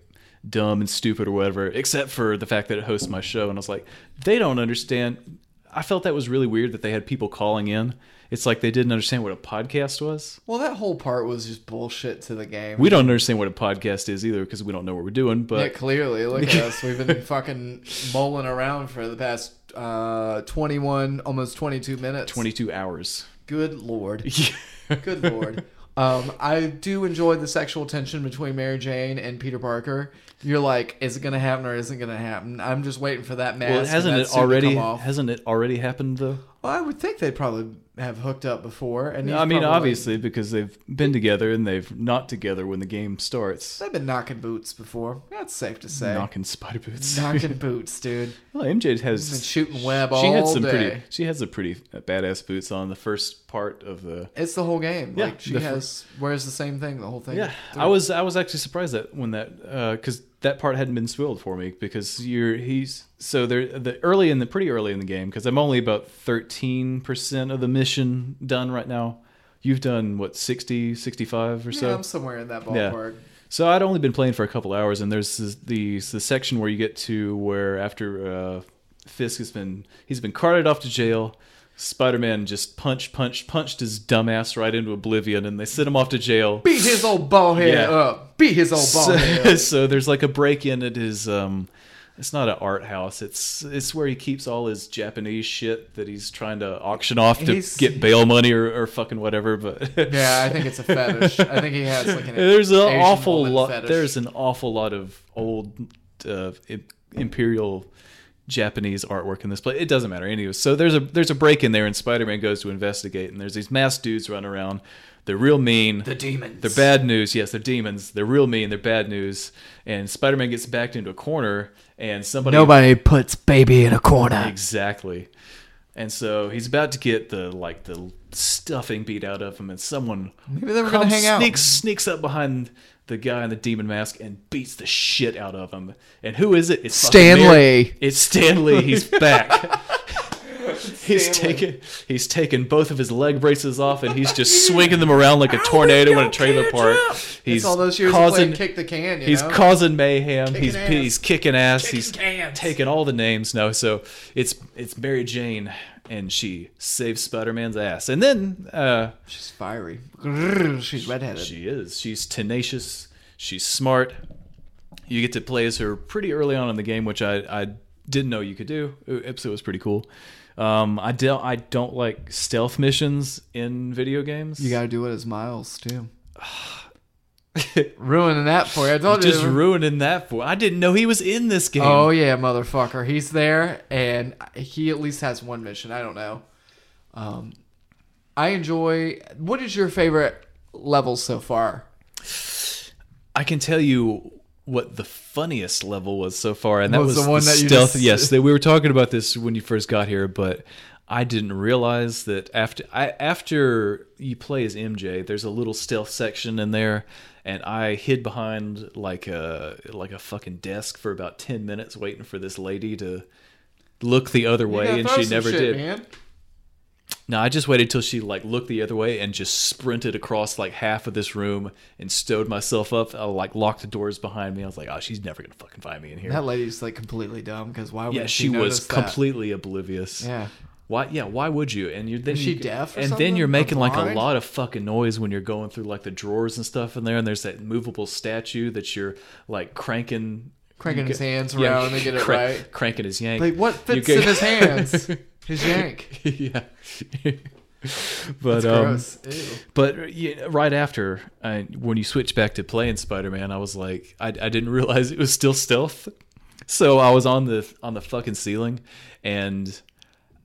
S1: dumb and stupid or whatever, except for the fact that it hosts my show. And I was like, they don't understand. I felt that was really weird that they had people calling in. It's like they didn't understand what a podcast was.
S2: Well, that whole part was just bullshit to the game.
S1: We don't understand what a podcast is either because we don't know what we're doing. But
S2: yeah, clearly, look at us. We've
S1: *laughs*
S2: been fucking mulling around for the past uh, 21, almost 22 minutes.
S1: 22 hours.
S2: Good lord. *laughs* Good lord. Um, I do enjoy the sexual tension between Mary Jane and Peter Parker. You're like, is it gonna happen or isn't it gonna happen? I'm just waiting for that mask.
S1: Well,
S2: and
S1: hasn't
S2: that
S1: it
S2: suit to
S1: already
S2: come off.
S1: hasn't it already happened though?
S2: well, I would think they'd probably have hooked up before. And he's
S1: I mean,
S2: probably-
S1: obviously because they've been together and they've not together when the game starts.
S2: they've been knocking boots before. That's safe to say.
S1: Knocking spider boots.
S2: knocking boots, dude.
S1: *laughs* well, MJ has
S2: Been shooting web all
S1: she had some
S2: day.
S1: pretty she had some pretty badass boots on the first part of the.
S2: It's the whole game.
S1: Yeah,
S2: like she
S1: the fir-
S2: has wears the same thing the whole thing.
S1: Yeah, I was I was actually surprised that when that because that part hadn't been spoiled for me because you're he's so there the early in the pretty early in the game because I'm only about thirteen percent of the mission done right now. You've done what 60, 65 or so.
S2: Yeah, I'm somewhere in that
S1: Yeah.
S2: ballpark.
S1: So I'd only been playing for a couple hours, and there's this, the the section where you get to where after uh, Fisk has been he's been carted off to jail. Spider-Man just punched, punched, punched his dumbass right into oblivion, and they sent him off to jail.
S2: Beat his old ball head
S1: Yeah.
S2: up. Beat his old ball
S1: *laughs* So,
S2: head up.
S1: so there's like a break in at his. Um, it's not an art house. It's it's where he keeps all his Japanese shit that he's trying to auction off to
S2: He's-
S1: get bail money or, or fucking whatever. But
S2: Yeah, I think it's a fetish. I think he has like
S1: *laughs*
S2: an
S1: there's an
S2: Asian
S1: awful
S2: woman
S1: lot.
S2: fetish.
S1: There's an awful lot of old uh, im- imperial Japanese artwork in this place. It doesn't matter, anyway. So there's a there's a break in there, and Spider-Man goes to investigate, and there's these masked dudes running around. They're real mean.
S2: the demons.
S1: They're bad news. Yes, they're demons. They're real mean. They're bad news. And Spider-Man gets backed into a corner, and somebody
S2: Nobody puts baby in a corner.
S1: Exactly. And so he's about to get the like the stuffing beat out of him, and someone
S2: Maybe they were gonna
S1: comes-
S2: hang out.
S1: sneaks sneaks up behind the guy in the demon mask and beats the shit out of him. And who is it? It's fucking
S2: Stan
S1: Mary-
S2: Lee. *laughs*
S1: It's Stanley. He's back. He's taking he's taking both of his leg braces off and he's just swinging them around like a tornado in a trailer park. He's
S2: It's all those years of
S1: causing
S2: playing kick the can. You
S1: he's
S2: know?
S1: causing mayhem. he's
S2: ass.
S1: he's kicking ass. he's
S2: cans.
S1: taking all the names now. So it's it's Mary Jane and she saves Spider Man's ass. And then uh,
S2: She's fiery. She's redheaded.
S1: she is she's tenacious. She's smart. You get to play as her pretty early on in the game, which I I didn't know you could do. Ipso was pretty cool. Um, I don't I don't like stealth missions in video games.
S2: you gotta do it as
S1: *sighs*
S2: Miles too. Ruining that for you. I told
S1: just
S2: you.
S1: ruining that for. I didn't know he was in this game.
S2: Oh yeah, motherfucker. He's there, and he at least has one mission. I don't know. Um, I enjoy. What is your favorite level so far?
S1: I can tell you what the funniest level was so far, and that
S2: Was
S1: was,
S2: the one that you
S1: stealth.
S2: just-
S1: Yes, that we were talking about this when you first got here, but I didn't realize that after I after you play as MJ, there's a little stealth section in there, and I hid behind like a like a fucking desk for about ten minutes waiting for this lady to look the other way, and she never did. No, I just waited till she like looked the other way and just sprinted across like half of this room and stowed myself up. I like locked the doors behind me. I was like, oh, she's never gonna fucking find me in here.
S2: That lady's like completely dumb because why would
S1: yeah,
S2: she,
S1: she was
S2: notice that?
S1: completely oblivious.
S2: Yeah.
S1: Why? Yeah. Why would you? And you're then
S2: she
S1: you,
S2: deaf or
S1: and
S2: something?
S1: then
S2: Or
S1: you're making like a
S2: blind?
S1: lot of fucking noise when you're going through like the drawers and stuff in there. And there's that movable statue that you're like cranking,
S2: cranking his hands around
S1: yeah, *laughs*
S2: and get it
S1: crank-
S2: right.
S1: cranking his yank.
S2: Like what
S1: You
S2: fits
S1: get- *laughs*
S2: in his hands? His yank.
S1: yeah. *laughs* but um,
S2: Gross. Ew.
S1: But yeah, right after, I, when you switch back to playing Spider Man, I was like, I, I didn't *laughs* realize it was still stealth. So I was on the on the fucking ceiling, and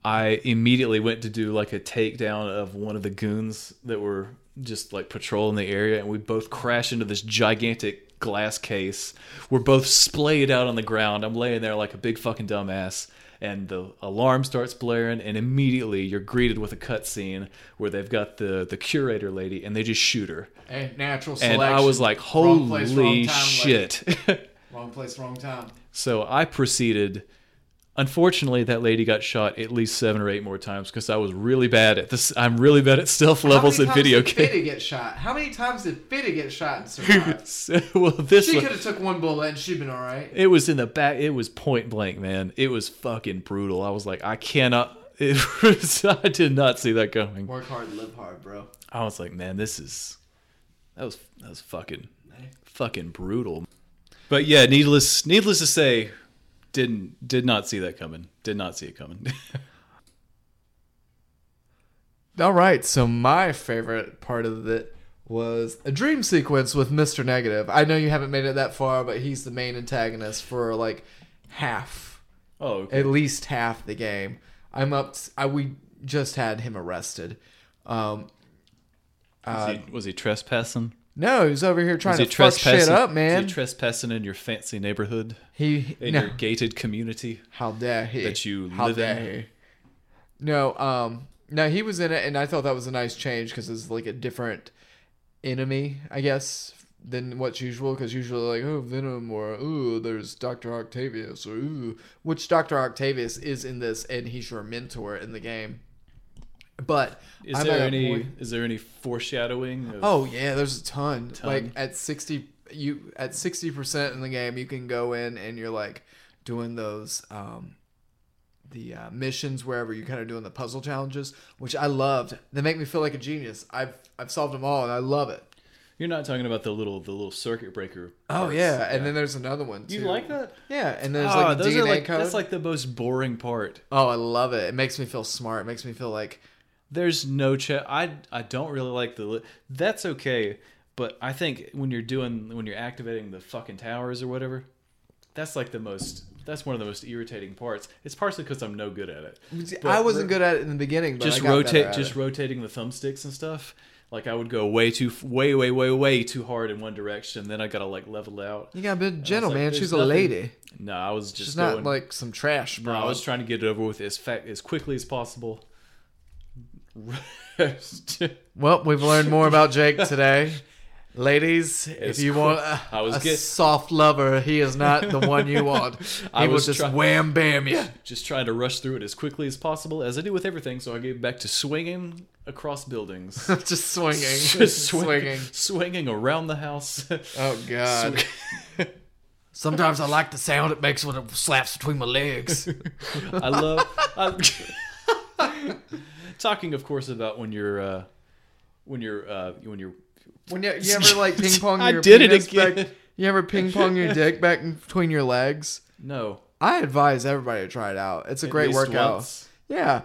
S1: I immediately went to do like a takedown of one of the goons that were just like patrolling the area, and we both crash into this gigantic glass case. We're both splayed out on the ground. I'm laying there like a big fucking dumbass, and the alarm starts blaring, and immediately you're greeted with a cutscene where they've got the the curator lady, and they just shoot her.
S2: And natural
S1: And
S2: selection.
S1: I was like,
S2: Wrong place, wrong
S1: holy
S2: time,
S1: shit. *laughs*
S2: Lady. Wrong place, wrong time.
S1: So I proceeded. Unfortunately, that lady got shot at least seven or eight more times because I was really bad at this. I'm really bad at stealth
S2: How many
S1: levels in
S2: times
S1: video
S2: did Fiddy
S1: games.
S2: get shot? How many times did Fiddy get
S1: *laughs*
S2: shot and survive?
S1: So, *laughs* well, this
S2: she
S1: one,
S2: could have took one bullet and she'd been all right.
S1: it was in the back. It was point blank, man. It was fucking brutal. I was like, I cannot. *laughs* It was, I did not see that coming.
S2: Work hard, live hard, bro.
S1: I was like, man, this is that was that was fucking fucking brutal. But yeah, needless needless to say, didn't did not see that coming. Did not see it coming. *laughs*
S2: All right, so my favorite part of it was a dream sequence with Mr. Negative. I know you haven't made it that far, but he's the main antagonist for like half
S1: oh, okay.
S2: at least half the game. I'm up. t- I we just had him arrested. Um,
S1: was, he, was he trespassing?
S2: no, he's over here Uh, trying
S1: Was he
S2: to fuck shit
S1: trespassing?
S2: up,
S1: Was
S2: man.
S1: he trespassing in your fancy neighborhood,
S2: He,
S1: in
S2: no,
S1: your gated community?
S2: how dare he?
S1: that you
S2: how
S1: live in.
S2: dare he? No, um, no, he was in it, and I thought that was a nice change because it's like a different enemy, I guess, than what's usual. Because usually, like, oh, Venom, or ooh, there's Doctor Octavius, or ooh, which Doctor Octavius is in this, and he's your mentor in the game. But
S1: Is
S2: I'm
S1: there
S2: at a
S1: any
S2: point-
S1: is there any foreshadowing? Of,
S2: Oh yeah, there's a ton. Like at sixty, you at sixty percent in the game, you can go in and you're like doing those um, the uh, missions wherever you're kind of doing the puzzle challenges, which I loved. They make me feel like a genius. I've I've solved them all and I love it.
S1: you're not talking about the little the little circuit breaker.
S2: Oh yeah, and then there's another one. Too.
S1: you like that?
S2: Yeah, and there's
S1: Oh,
S2: like the
S1: those
S2: DNA
S1: are like
S2: code.
S1: that's like the most boring part.
S2: oh, I love it. It makes me feel smart. It makes me feel like
S1: There's no ch I I don't really like the. Li- that's okay, but I think when you're doing when you're activating the fucking towers or whatever, that's like the most. That's one of the most irritating parts. It's partially because I'm no good at it.
S2: I wasn't good at it in the beginning, but
S1: just
S2: I got better
S1: rotate
S2: at
S1: just
S2: it.
S1: rotating the thumbsticks and stuff like i would go way too way way way way too hard in one direction then i gotta like level out
S2: You gotta be gentle,
S1: like,
S2: man.
S1: there's
S2: She's a
S1: nothing-
S2: lady.
S1: no i was just
S2: She's not
S1: going-
S2: like some trash, bro.
S1: no, i was trying to get it over with as fact as quickly as possible *laughs* *laughs*
S2: Well, we've learned more about Jake today.
S3: Ladies,
S1: It's
S3: if you
S1: cool.
S3: want a,
S1: I was
S3: a
S1: get-
S3: soft lover, he is not the
S1: *laughs*
S3: one you want. He
S1: I
S3: will
S1: was
S3: just
S1: try-
S3: wham bam
S1: *laughs*
S3: you.
S1: Just trying to rush through it as quickly as possible, as I do with everything. So I get back to swinging across
S2: *laughs*
S1: buildings,
S3: just swinging,
S1: just swing- swinging around the house.
S3: Oh
S1: *laughs*
S3: god. Sometimes I like the sound it makes when it slaps between my
S1: *laughs*
S3: legs.
S1: I love. I,
S3: *laughs*
S1: talking, of course, about when you're uh, when you're uh, when you're
S3: When you, you ever like ping pong
S1: I
S3: your
S1: did it
S3: penis
S1: again.
S3: back, you ever ping pong your dick back in between your legs?
S1: no
S3: I advise everybody to try it out. It's a great
S1: least
S3: workout.
S1: once.
S3: Yeah.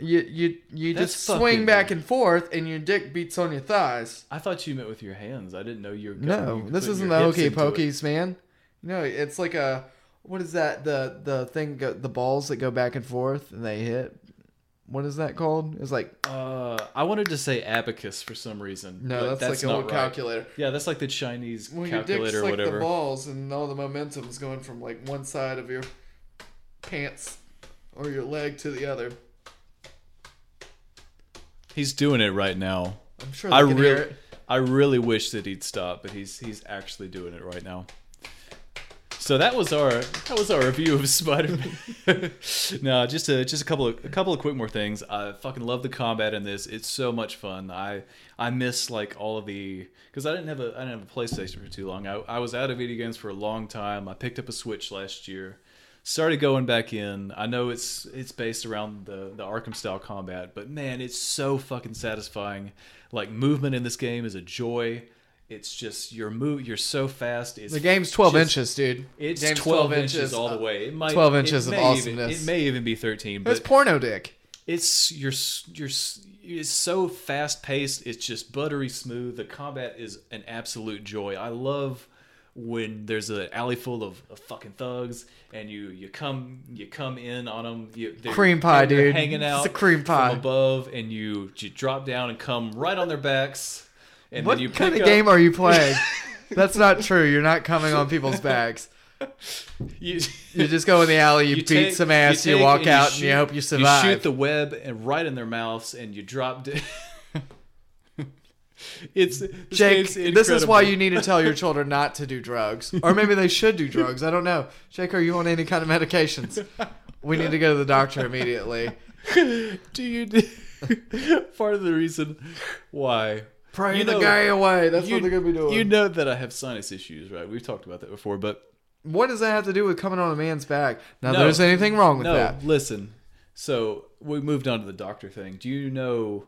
S3: You you you
S1: That's
S3: just
S1: fucking-
S3: swing back and forth and your dick beats on your thighs.
S1: I thought you meant with your hands. I didn't know you were.
S3: No,
S1: you
S3: this
S1: put
S3: isn't
S1: your
S3: the
S1: hips
S3: hokey
S1: into it.
S3: pokeys, man. No, it's like a what is that? The the thing go, the balls that go back and forth and they hit. What is that called? It's like
S1: Uh, I wanted to say abacus for some reason.
S3: No,
S1: but
S3: that's like an
S1: not
S3: old
S1: right.
S3: calculator.
S1: Yeah, that's like the Chinese
S3: Well, your dick's
S1: calculator or
S3: like
S1: whatever.
S3: the balls, and all the momentum's going from like one side of your pants or your leg to the other.
S1: He's doing it right now.
S3: I'm sure they
S1: I
S3: can hear
S1: really,
S3: it.
S1: I really wish that he'd stop, but he's he's actually doing it right now. So that was our that was our review of *laughs* Spider Man. no, just a just a couple of a couple of quick more things. I fucking love the combat in this. It's so much fun. I I miss like all of the because I didn't have a I didn't have a PlayStation for too long. I, I was out of video games for a long time. I picked up a Switch last year. Started going back in. I know it's it's based around the the Arkham style combat, but man, it's so fucking satisfying. Like movement in this game is a joy. It's just your move. You're so fast. It's
S3: The game's 12
S1: just-
S3: inches, dude.
S1: it's
S3: Game's
S1: 12, inches, all the
S3: Uh,
S1: way. It might,
S3: 12
S1: it
S3: inches of
S1: may
S3: awesomeness.
S1: Even, it may even be 13,
S3: That's
S1: but
S3: porno dick.
S1: it's you're s- you're s- it's so fast paced. It's just buttery smooth. The combat is an absolute joy. I love when there's an alley full of, of fucking thugs and you you come you come in on them. You, they're-
S3: Cream pie,
S1: they're
S3: dude.
S1: Hanging
S3: It's
S1: out
S3: a cream pie.
S1: from above, and you you drop down and come right on their backs. And
S3: What
S1: then you
S3: kind
S1: pick
S3: of
S1: up-
S3: game are you playing? That's not true. You're not coming on people's backs.
S1: *laughs* you?
S3: You just go in the alley, you, beat
S1: take-
S3: some ass, you,
S1: take
S3: walk
S1: and
S3: out, and
S1: shoot-
S3: you hope you survive.
S1: You shoot the web and right in their mouths, and you drop. D- *laughs* it's this
S3: Jake,
S1: game's
S3: this is why
S1: incredible.
S3: you need to tell your children not to do drugs.
S1: *laughs*
S3: Or maybe they should do drugs. I don't know. Jake, are you on any kind of medications? We need to go to the doctor immediately.
S1: *laughs* do you do- part of the reason why
S3: Pray
S1: You
S3: the
S1: know-
S3: guy away. That's
S1: you,
S3: what they're going to be doing.
S1: you know that I have sinus issues, right? We've talked about that before, but
S3: what does that have to do with coming on a man's back? Now,
S1: No.
S3: there's anything wrong with
S1: no,
S3: that.
S1: listen. So we moved on to the doctor thing. Do you know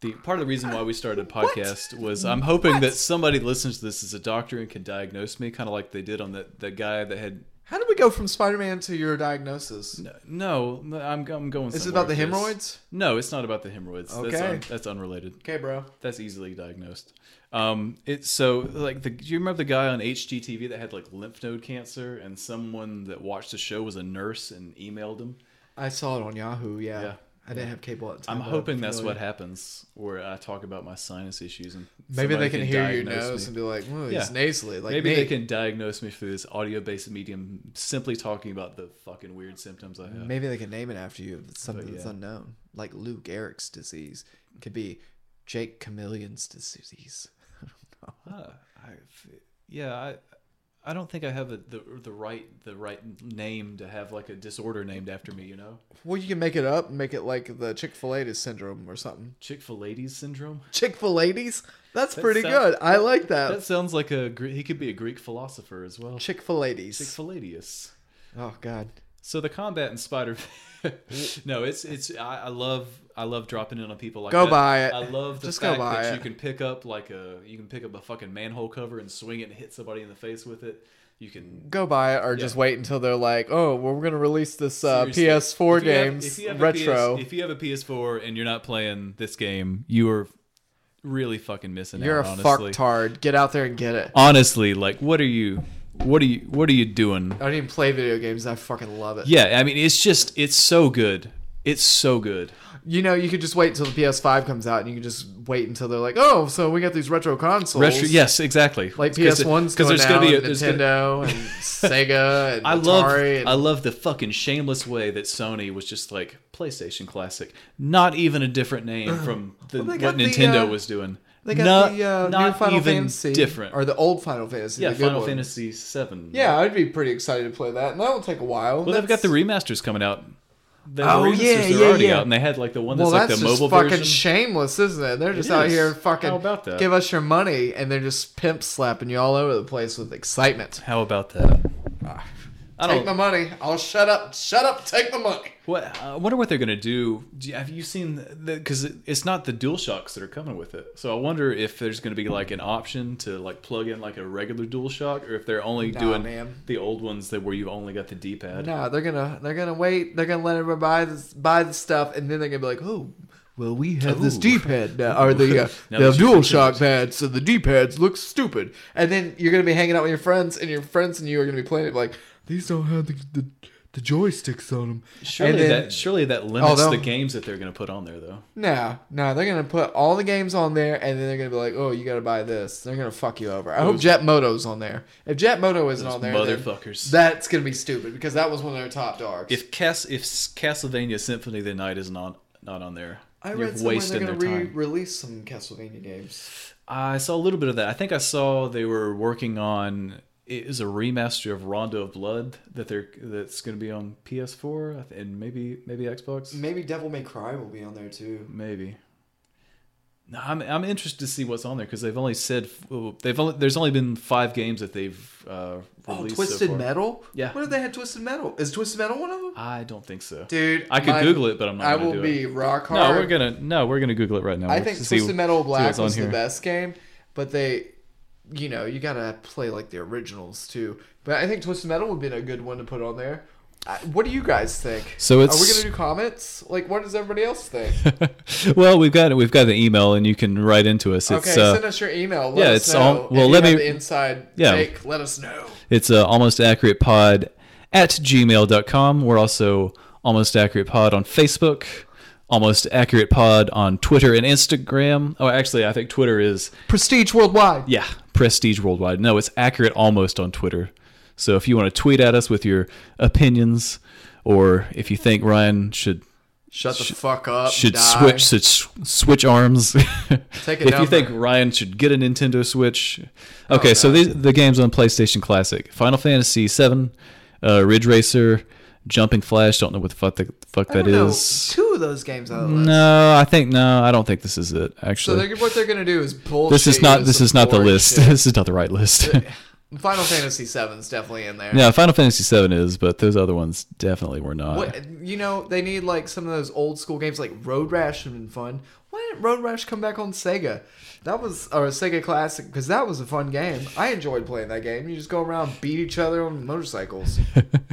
S1: the part of the reason why we started a
S3: *laughs*
S1: podcast was I'm hoping that somebody listens to this as a doctor and can diagnose me, kind of like they did on that the guy that had
S3: How did we go from Spider Man to your diagnosis?
S1: No, no, I'm, I'm going.
S3: Is it
S1: somewhere
S3: about the
S1: with this.
S3: hemorrhoids?
S1: No, it's not about the hemorrhoids. That's,
S3: Okay.
S1: un- that's unrelated.
S3: Okay, bro.
S1: That's easily diagnosed. Um, it's so like the. Do you remember the guy on HGTV that had like lymph node cancer, and someone that watched the show was a nurse and emailed him?
S3: I saw it on Yahoo, yeah.
S1: Yeah.
S3: I didn't have cable at the time.
S1: I'm
S3: but
S1: hoping that's
S3: familiar.
S1: what happens, where I talk about my sinus issues and
S3: Maybe
S1: somebody
S3: they can, hear your
S1: diagnose
S3: nose
S1: me.
S3: and be like, "Ooh,
S1: Yeah.
S3: he's nasally." Like
S1: Maybe
S3: me.
S1: they can diagnose me through this audio-based medium, simply talking about the fucking weird symptoms I have.
S3: Maybe they can name it after you if it's something that's unknown. Like Lou Gehrig's disease. It could be Jake Chameleon's disease.
S1: Uh, I, yeah, I, I don't think I have a, the the right the right name to have like a disorder named after me. You know,
S3: Well, you can make it up and make it like the Chick fil A syndrome or something.
S1: Chick Fil Ladies syndrome.
S3: Chick fil Ladies? That's pretty
S1: sounds-
S3: good. I like that.
S1: That sounds like a Gre- he could be a Greek philosopher as well. Chick
S3: Chick fil Ladies.
S1: Fil Ladius.
S3: oh, God.
S1: So the combat in Spider, *laughs* no, it's it's I, I love I love dropping in on people like
S3: Go
S1: that.
S3: buy it.
S1: I love the
S3: Just go
S1: fact
S3: buy
S1: that
S3: it.
S1: you can pick up like a you can pick up a fucking manhole cover and swing it and hit somebody in the face with it. You can
S3: Go buy it or just wait until they're like, oh, well, we're going to release this uh,
S1: Seriously.
S3: PS4
S1: If you have-
S3: games
S1: if you have a
S3: retro.
S1: PS if you have a PS4 and you're not playing this game, you are really fucking missing
S3: You're
S1: out.
S3: a
S1: honestly,
S3: fucktard. Get out there and get it.
S1: honestly, like what are you, what are you, what are you doing?
S3: I don't even play video games. I fucking love it.
S1: Yeah, I mean, it's just, it's so good. It's so good.
S3: You know, you could just wait until the PS5 comes out, and you can just wait until they're like, "Oh, so we got these retro consoles."
S1: Retro, yes, exactly.
S3: like
S1: Because it-
S3: PS1's because
S1: there's gonna be a- there's gonna-
S3: Nintendo and
S1: *laughs*
S3: Sega and
S1: I
S3: Atari.
S1: love
S3: and,
S1: I love the fucking shameless way that Sony was just like PlayStation Classic, not even a different name from the,
S3: Uh, they
S1: what
S3: got the,
S1: Nintendo
S3: uh,
S1: was doing.
S3: They got
S1: Not-
S3: the uh,
S1: not
S3: new Final
S1: even
S3: Fantasy,
S1: different.
S3: or the old Final Fantasy.
S1: Yeah,
S3: the good
S1: Final
S3: one.
S1: Fantasy VII.
S3: Yeah, I'd be pretty excited to play that, and that will take a while.
S1: Well, they've got the remasters coming out. The
S3: Oh,
S1: remasters
S3: yeah,
S1: are
S3: yeah,
S1: already
S3: yeah.
S1: out, and they had like the one that's
S3: well,
S1: like
S3: that's
S1: the
S3: just
S1: mobile
S3: fucking
S1: version.
S3: shameless, isn't it? They're just out
S1: is.
S3: here fucking
S1: How about that?
S3: give us your money, and they're just pimp slapping you all over the place with excitement.
S1: How about that? I
S3: Take
S1: don't.
S3: my money. I'll shut up. Shut up. Take the money.
S1: What uh, I wonder what they're gonna do. do you- have you seen because it, it's not the Dual Shocks that are coming with it. So I wonder if there's gonna be like an option to like plug in like a regular Dual Shock, or if they're only doing
S3: man.
S1: the old ones that where you've only got the D-pad.
S3: No, they're gonna they're gonna wait. They're gonna let everybody buy this buy the stuff, and then they're gonna be like, oh. Well, we have this D-pad now, or the uh,
S1: *laughs* Now
S3: the
S1: that you-
S3: DualShock pad, so the D-pads look stupid. And then you're gonna be hanging out with your friends, and your friends and you are gonna be playing it like these don't have the the, the joysticks on them.
S1: Surely
S3: and then,
S1: that surely that limits
S3: Although-
S1: the games that they're gonna put on there though.
S3: No, no, they're gonna put all the games on there, and then they're gonna be like, "Oh, you gotta buy this." They're gonna fuck you over. I hope Jet Moto's on there. If Jet Moto isn't on there, then
S1: motherfuckers.
S3: that's gonna be stupid because that was one of their top dogs.
S1: If Cas if Castlevania Symphony of the Night is not not on there,
S3: I
S1: you're
S3: read somewhere they're
S1: wasting
S3: gonna
S1: their time.
S3: re-release some Castlevania games.
S1: I saw a little bit of that. I think I saw they were working on it is a remaster of Rondo of Blood that they're that's going to be on PS4 and maybe maybe Xbox.
S3: Maybe Devil May Cry will be on there too.
S1: Maybe. No, I'm I'm interested to see what's on there because they've only said they've only there's only been five games that they've uh,
S3: Oh,
S1: released. so
S3: Twisted
S1: far.
S3: Metal.
S1: Yeah.
S3: What if they had Twisted Metal? Is Twisted Metal one of them?
S1: I don't think so,
S3: Dude,
S1: I could
S3: my-
S1: Google it, but I'm not.
S3: I
S1: gonna
S3: will
S1: do
S3: be
S1: It.
S3: rock hard.
S1: No, we're gonna no, we're gonna Google it right now.
S3: I
S1: We'll
S3: think
S1: see-
S3: Twisted Metal
S1: see
S3: Black
S1: what's on
S3: was the
S1: here.
S3: best game, but they, you know, you gotta play like the originals too. But I think Twisted Metal would be a good one to put on there. I, what do you guys think?
S1: So
S3: are we
S1: it's-
S3: gonna do comments? Like, what does everybody
S1: *laughs*
S3: else think?
S1: well, we've got we've got the email, and you can write into us.
S3: Okay,
S1: it's uh,
S3: send us your email. Let
S1: yeah,
S3: us
S1: it's
S3: know.
S1: all-
S3: If
S1: well,
S3: you
S1: let
S3: have
S1: me-
S3: the inside.
S1: Yeah.
S3: take, let us know.
S1: It's uh, almost accurate pod at gmail.com. We're also almost accurate pod on Facebook, almost accurate pod on Twitter and Instagram. Oh, actually, I think Twitter is,
S3: Prestige worldwide.
S1: yeah, prestige worldwide. No, it's accurate almost on Twitter. So if you want to tweet at us with your opinions or if you think Ryan should
S3: Shut the fuck up.
S1: should
S3: die.
S1: switch should s- switch arms. *laughs*
S3: Take a
S1: if
S3: number.
S1: you think Ryan should get a Nintendo Switch,
S3: Oh,
S1: okay. So these the games on PlayStation Classic: Final Fantasy VII, uh, Ridge Racer, Jumping Flash. Don't know what the fuck the fuck
S3: I
S1: that
S3: don't know,
S1: is.
S3: two of those games out of the list.
S1: No, I think no. I don't think this is it.
S3: So
S1: Actually,
S3: they're, what they're gonna do is bullshit.
S1: this is
S3: you
S1: not
S3: with
S1: this
S3: some
S1: is not the
S3: boring
S1: list.
S3: shit.
S1: *laughs* this is not the right list. *laughs*
S3: Final Fantasy VII is definitely in there.
S1: yeah, Final Fantasy VII is, but those other ones definitely were not.
S3: What, you know, they need like some of those old school games like Road Rash would have been fun. Why didn't Road Rash come back on Sega? That was or a Sega Classic because that was a fun game. I enjoyed playing that game. You just go around and beat each other on *laughs* motorcycles.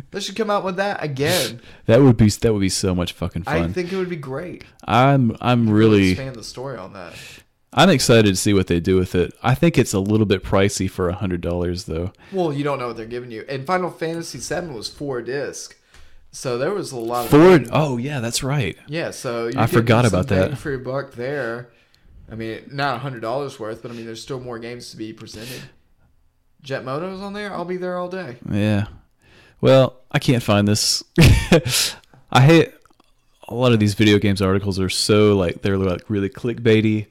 S3: they should come out with that again.
S1: That would be that would be so much fucking
S3: I
S1: fun.
S3: think it would be great.
S1: I'm I'm
S3: Really
S1: really
S3: expand the story on that.
S1: I'm excited to see what they do with it. I think it's a little bit pricey for a hundred dollars though.
S3: Well, you don't know what they're giving you. And Final Fantasy VII was four disc, so there was a lot of
S1: Ford. Oh yeah, that's right.
S3: Yeah, so you're
S1: I
S3: getting
S1: forgot
S3: some
S1: about
S3: bang
S1: that.
S3: for your buck there. I mean, not a hundred dollars worth, but I mean, there's still more games to be presented. Jet Moto's on there. I'll be there all day.
S1: Yeah. Well, I can't find this. *laughs* I hate a lot of these video games articles are so like they're like really clickbaity,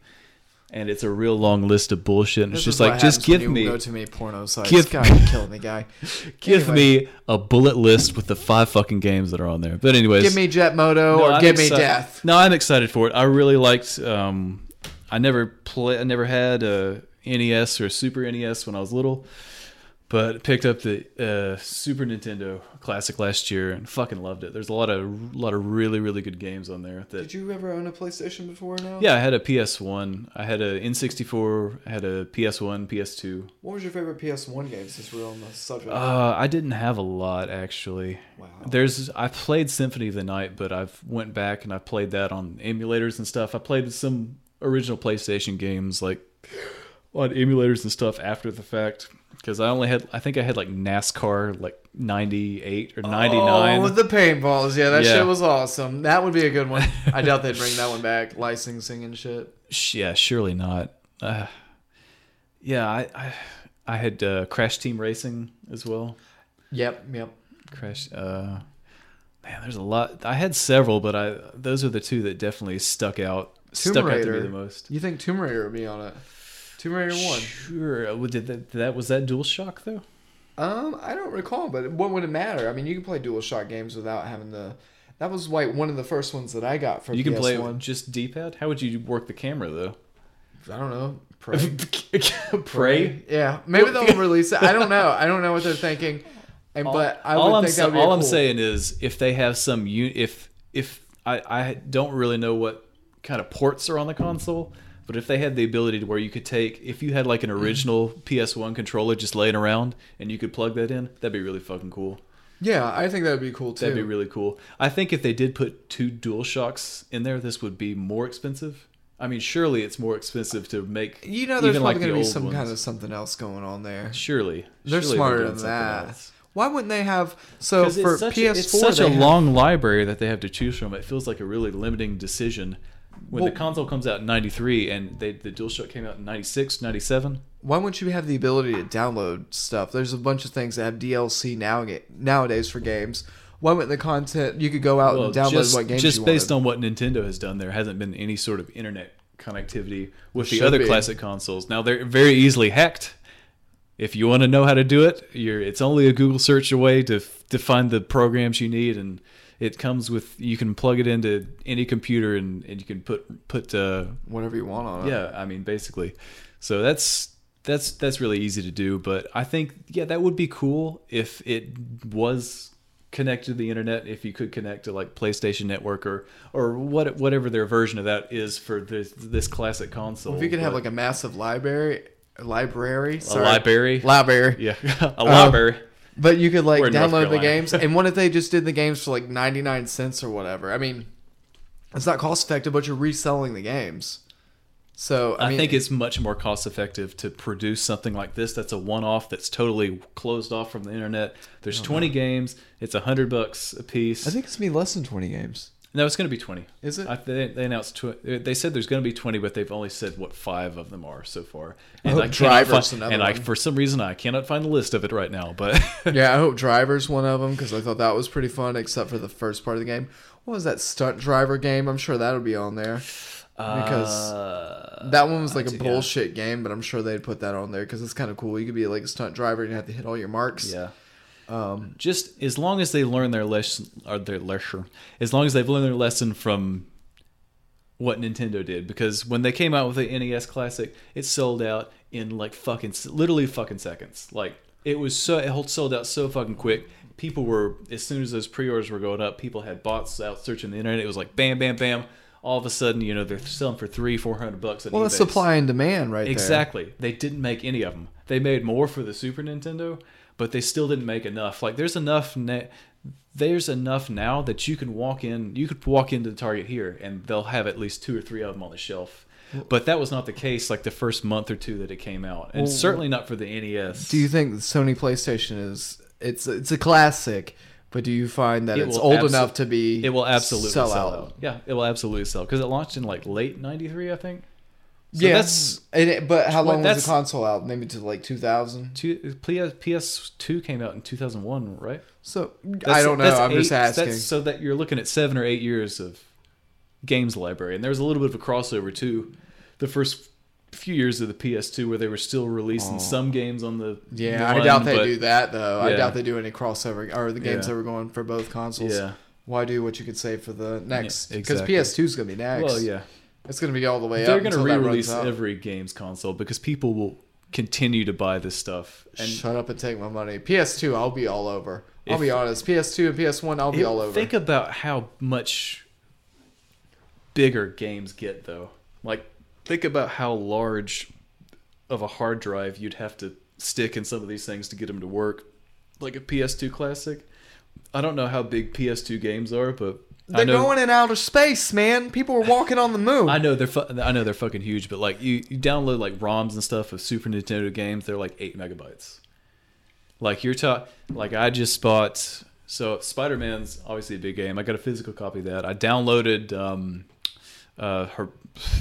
S1: and it's a real long list of bullshit. And
S3: This
S1: it's
S3: is
S1: just
S3: what
S1: like just
S3: happens when
S1: give
S3: you
S1: me
S3: Go to me, porno sites.
S1: give-
S3: God, you're killing the guy.
S1: *laughs* give
S3: Anyway,
S1: me a bullet list with the five fucking games that are on there. But anyways,
S3: give me Jet Moto
S1: No,
S3: or
S1: I'm
S3: give me
S1: exci-
S3: death.
S1: No, I'm excited for it. I really liked. Um, I never play. I never had a NES or a Super NES when I was little, but picked up the uh, Super Nintendo Classic last year and fucking loved it. There's a lot of lot of really really good games on there. That
S3: Did you ever own a PlayStation before now?
S1: yeah, I had a PS1. I had a N64. I had a PS1, PS2.
S3: What was your favorite PS1 game since we're on the subject?
S1: Uh, I didn't have a lot actually. Wow. There's I played Symphony of the Night, but I've went back and I played that on emulators and stuff. I played some original PlayStation games like on emulators and stuff after the fact because I only had I think I had like NASCAR like 98 or 99.
S3: Oh, with the paintballs. Yeah, that
S1: Yeah.
S3: shit was awesome. That would be a good one. I doubt they'd bring
S1: *laughs*
S3: that one back. Licensing and shit.
S1: Sh- yeah, surely not. Uh, yeah, I I, I had uh, Crash Team Racing as well.
S3: Yep, yep.
S1: Crash. Uh, man, there's a lot. I had several, but I those are the two that definitely stuck out stuck out to me the most.
S3: You think Tomb Raider would be on it? Tomb Raider one.
S1: Sure. Uh, Did that, that was that DualShock though?
S3: Um, I don't recall, but what would it matter? I mean, you can play dual shot games without having the. That was like one of the first ones that I got for
S1: You can play it
S3: one.
S1: with just D-pad. How would you work the camera
S3: *laughs*
S1: though?
S3: I
S1: *laughs*
S3: don't know. Prey.
S1: Pray.
S3: Yeah, maybe they'll release it. I don't know. I don't know what they're thinking. And but I would
S1: all I'm
S3: think
S1: sa-
S3: that would be
S1: all
S3: cool.
S1: I'm saying is if they have some u- if if I, I don't really know what kind of ports are on the console, but if they had the ability to where you could take if you had like an
S3: *clears throat*
S1: original PS1 controller just laying around and you could plug that in, that'd be really fucking cool.
S3: Yeah, I think that would be cool too.
S1: That'd be really cool. I think if they did put two dual shocks in there, this would be more expensive. I mean, surely it's more expensive to make.
S3: you know, there's
S1: even
S3: probably
S1: like the
S3: going to be
S1: old
S3: some
S1: ones.
S3: kind of something else going on there.
S1: Surely
S3: They're
S1: surely
S3: smarter
S1: doing
S3: than
S1: something
S3: that.
S1: else.
S3: Why wouldn't they have? So
S1: Because
S3: for
S1: it's such,
S3: PS4,
S1: a, it's such a
S3: they have-
S1: long library that they have to choose from. It feels like a really limiting decision. When the console comes out in 93 and they, the DualShock came out in 96, 97.
S3: why wouldn't you have the ability to download stuff? There's a bunch of things that have DLC now nowadays for games. Why wouldn't the content you could go out
S1: Well,
S3: and download
S1: just,
S3: what games
S1: just
S3: you
S1: based
S3: wanted?
S1: on what Nintendo has done, there hasn't been any sort of internet connectivity with the
S3: Should
S1: other
S3: be.
S1: classic consoles. Now, they're very easily hacked. If you want to know how to do it, you're, it's only a Google search away to, f- to find the programs you need. And it comes with, you can plug it into any computer and, and you can put, put uh,
S3: whatever you want on it.
S1: yeah i mean basically so that's that's that's really easy to do but i think yeah that would be cool if it was connected to the internet if you could connect to like playstation network or or what whatever their version of that is for this this classic console
S3: If you could have
S1: But
S3: like a massive library, library, sorry,
S1: library?
S3: library,
S1: yeah *laughs*
S3: um,
S1: a library
S3: But you could like
S1: We're in North
S3: download the
S1: Carolina. *laughs*
S3: games, and what if they just did the games for like ninety nine cents or whatever? I mean, it's not cost effective, but you're reselling the games. So I,
S1: I
S3: mean,
S1: think it's much more cost effective to produce something like this that's a one off that's totally closed off from the internet. There's 20 games, it's 100 bucks a piece.
S3: Oh, I think it's gonna be less than twenty games.
S1: No, it's going to be twenty.
S3: Is it?
S1: I, they, they announced. Tw- they said there's going to be twenty, but they've only said what five of them are so far. And
S3: hope
S1: cannot
S3: Driver's
S1: find-
S3: Oh, another
S1: And I,
S3: one.
S1: for some reason, I cannot find the list of it right now. But *laughs*
S3: Yeah, I hope Driver's one of them because I thought that was pretty fun, except for the first part of the game. What was that stunt driver game? I'm sure that'll be on there because
S1: Uh,
S3: that one was like a bullshit game, but I'm sure they'd put that on there because it's kind of cool. You could be like a stunt driver and you have to hit all your marks.
S1: yeah, um, just as long as they learn their lesson, or their lecture, as long as they've learned their lesson from what Nintendo did, because when they came out with the NES Classic, it sold out in like fucking s- literally fucking seconds. Like it was so it hol- sold out so fucking quick. People were as soon as those pre-orders were going up, people had bots out searching the internet. It was like bam, bam, bam. All of a sudden, you know, they're selling for three, four hundred bucks. on
S3: Well, that's
S1: eBay.
S3: supply and demand right there.
S1: Exactly. They didn't make any of them. They made more for the Super Nintendo, but they still didn't make enough. Like there's enough na- there's enough now that you can walk in, you could walk into the Target here and they'll have at least two or three of them on the shelf. But that was not the case like the first month or two that it came out. And certainly not for the E NES.
S3: Do you think the Sony PlayStation is it's it's a classic, but do you find that
S1: It
S3: it's
S1: will
S3: old
S1: abso-
S3: enough to be
S1: it will absolutely
S3: sell, out?
S1: Yeah, it will absolutely sell cuz it launched in like late 93, I think. So
S3: yeah,
S1: that's
S3: And it- but how
S1: Well,
S3: long was
S1: that's-
S3: the console out? Maybe to like 2000.
S1: two, PS2 came out in 2001, right?
S3: So I
S1: That's-
S3: don't know.
S1: that's
S3: I'm just
S1: eight- that's-
S3: asking.
S1: so that you're looking at seven or eight years of games library, and there was a little bit of a crossover too. The first few years of the PS2, where they were still releasing some games on the
S3: Oh. Yeah, I
S1: one,
S3: doubt they
S1: but-
S3: do that though. I
S1: Yeah.
S3: doubt they do any crossover or the games
S1: Yeah.
S3: that were going for both consoles.
S1: Yeah.
S3: Why do what you could save for the next? Because
S1: exactly.
S3: PS2 is gonna be next.
S1: Well, yeah,
S3: it's gonna be all the way
S1: they're
S3: up.
S1: going to
S3: until that runs
S1: re-release
S3: out.
S1: every games console because people will continue to buy this stuff. And
S3: Shut up and take my money. PS2, I'll be all over. I'll
S1: If-
S3: be honest. PS2 and PS1, I'll be
S1: It-
S3: all over.
S1: Think about how much bigger games get, though. Like, think about how large of a hard drive you'd have to stick in some of these things to get them to work. Like a PS2 classic. I don't know how big PS2 games are, but I
S3: They're
S1: know,
S3: going in outer space, man. People are walking on the
S1: *laughs*
S3: moon.
S1: I know they're fu- I know they're fucking huge, but like you, you download like ROMs and stuff of Super Nintendo games, they're like eight megabytes. Like you're ta like I just bought so Spider Man's obviously a big game. I got a physical copy of that. I downloaded um uh her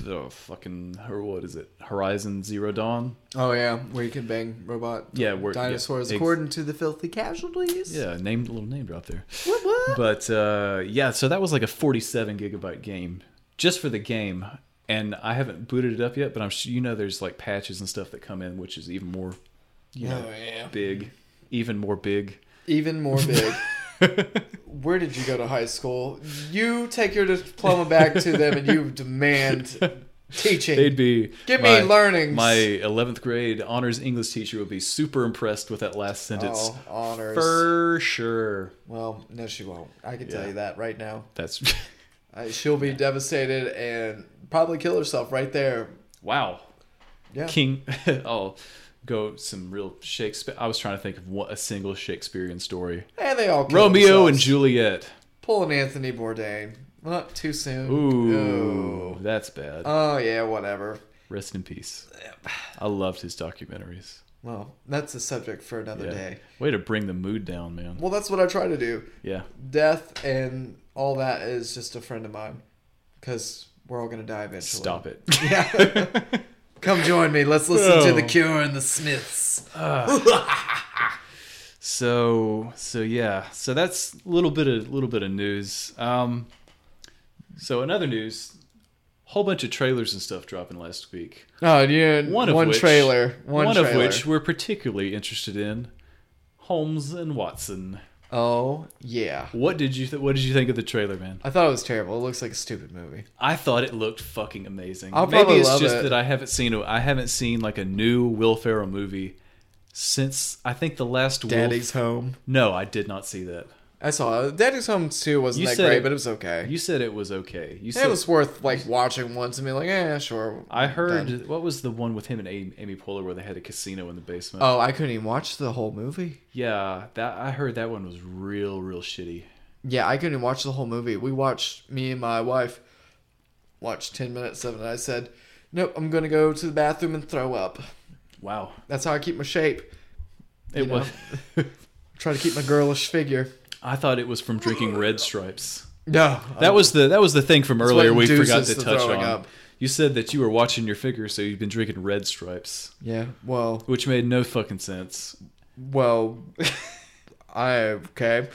S1: oh, fucking her what is it Horizon Zero Dawn
S3: oh yeah, where you can bang robot.
S1: Yeah, where- yeah,
S3: dinosaurs
S1: ex-
S3: according to the filthy casualties.
S1: yeah name little name drop there.
S3: What, what?
S1: But uh, yeah, so that was like a 47 gigabyte game just for the game. and I haven't booted it up yet, but I'm sure you know there's like patches and stuff that come in, which is even more
S3: Oh, yeah.
S1: big, even more big. *laughs*
S3: Even more big. Where did you go to high school? You take your diploma back to them and you demand teaching.
S1: They'd be
S3: Give me learnings.
S1: My eleventh grade honors English teacher would be super impressed with that last sentence.
S3: oh, honors.
S1: For sure.
S3: Well, no, she won't. I can tell
S1: Yeah.
S3: you that right now.
S1: That's *laughs*
S3: I, she'll be devastated and probably kill herself right there.
S1: wow.
S3: Yeah.
S1: King. *laughs* I'll go some real Shakespeare. I was trying to think of what a single Shakespearean story.
S3: And they all kill
S1: Romeo and
S3: themselves.
S1: Juliet.
S3: pulling Anthony Bourdain. Well, not too soon.
S1: Ooh,
S3: Ooh.
S1: that's bad.
S3: Oh yeah, whatever.
S1: Rest in peace. I loved his documentaries.
S3: Well, that's a subject for another
S1: Yeah.
S3: day.
S1: Way to bring the mood down, man.
S3: Well, that's what I try to do.
S1: Yeah.
S3: Death and all that is just a friend of mine, because we're all gonna die eventually.
S1: Stop it. *laughs*
S3: Come join me. Let's listen to
S1: Oh.
S3: the Cure and the Smiths.
S1: So so yeah. So that's a little bit of little bit of news. Um so another news, whole bunch of trailers and stuff dropping last week.
S3: Oh, yeah. One,
S1: One of which,
S3: trailer. One,
S1: of which we're particularly interested in. Holmes and Watson.
S3: Oh yeah.
S1: What did you th- what did you think of the trailer, man?
S3: I thought it was terrible. It looks like a stupid movie.
S1: I thought it looked fucking amazing.
S3: I'll
S1: Maybe
S3: probably
S1: it's
S3: love
S1: just
S3: it.
S1: that I haven't seen a, I haven't seen like a new Will Ferrell movie since I think the last
S3: Daddy's
S1: Will.
S3: Home.
S1: No, I did not see that.
S3: I saw it. Daddy's Home too wasn't
S1: You
S3: that
S1: said-
S3: great, but it was okay.
S1: You said it was okay. You
S3: It
S1: said
S3: was worth like watching once and being like, eh, sure.
S1: I heard
S3: done.
S1: what was the one with him and Amy, Amy Poehler where they had a casino in the basement.
S3: Oh, I couldn't even watch the whole movie.
S1: Yeah, that I heard that one was real real shitty.
S3: Yeah, I couldn't even watch the whole movie. We watched me and my wife watched ten minutes of it. And I said, nope, I'm gonna go to the bathroom and throw up.
S1: Wow.
S3: That's how I keep my shape.
S1: It
S3: know?
S1: was
S3: Try to keep my girlish figure.
S1: I thought it was from *laughs* drinking Red Stripes.
S3: No, Uh,
S1: That was the that was the thing from earlier we
S3: what
S1: forgot
S3: induces
S1: to
S3: the
S1: touch
S3: throwing
S1: on.
S3: up.
S1: You said that you were watching your figure so you've been drinking Red Stripes.
S3: yeah. Well,
S1: which made no fucking sense. *laughs*
S3: well, I okay.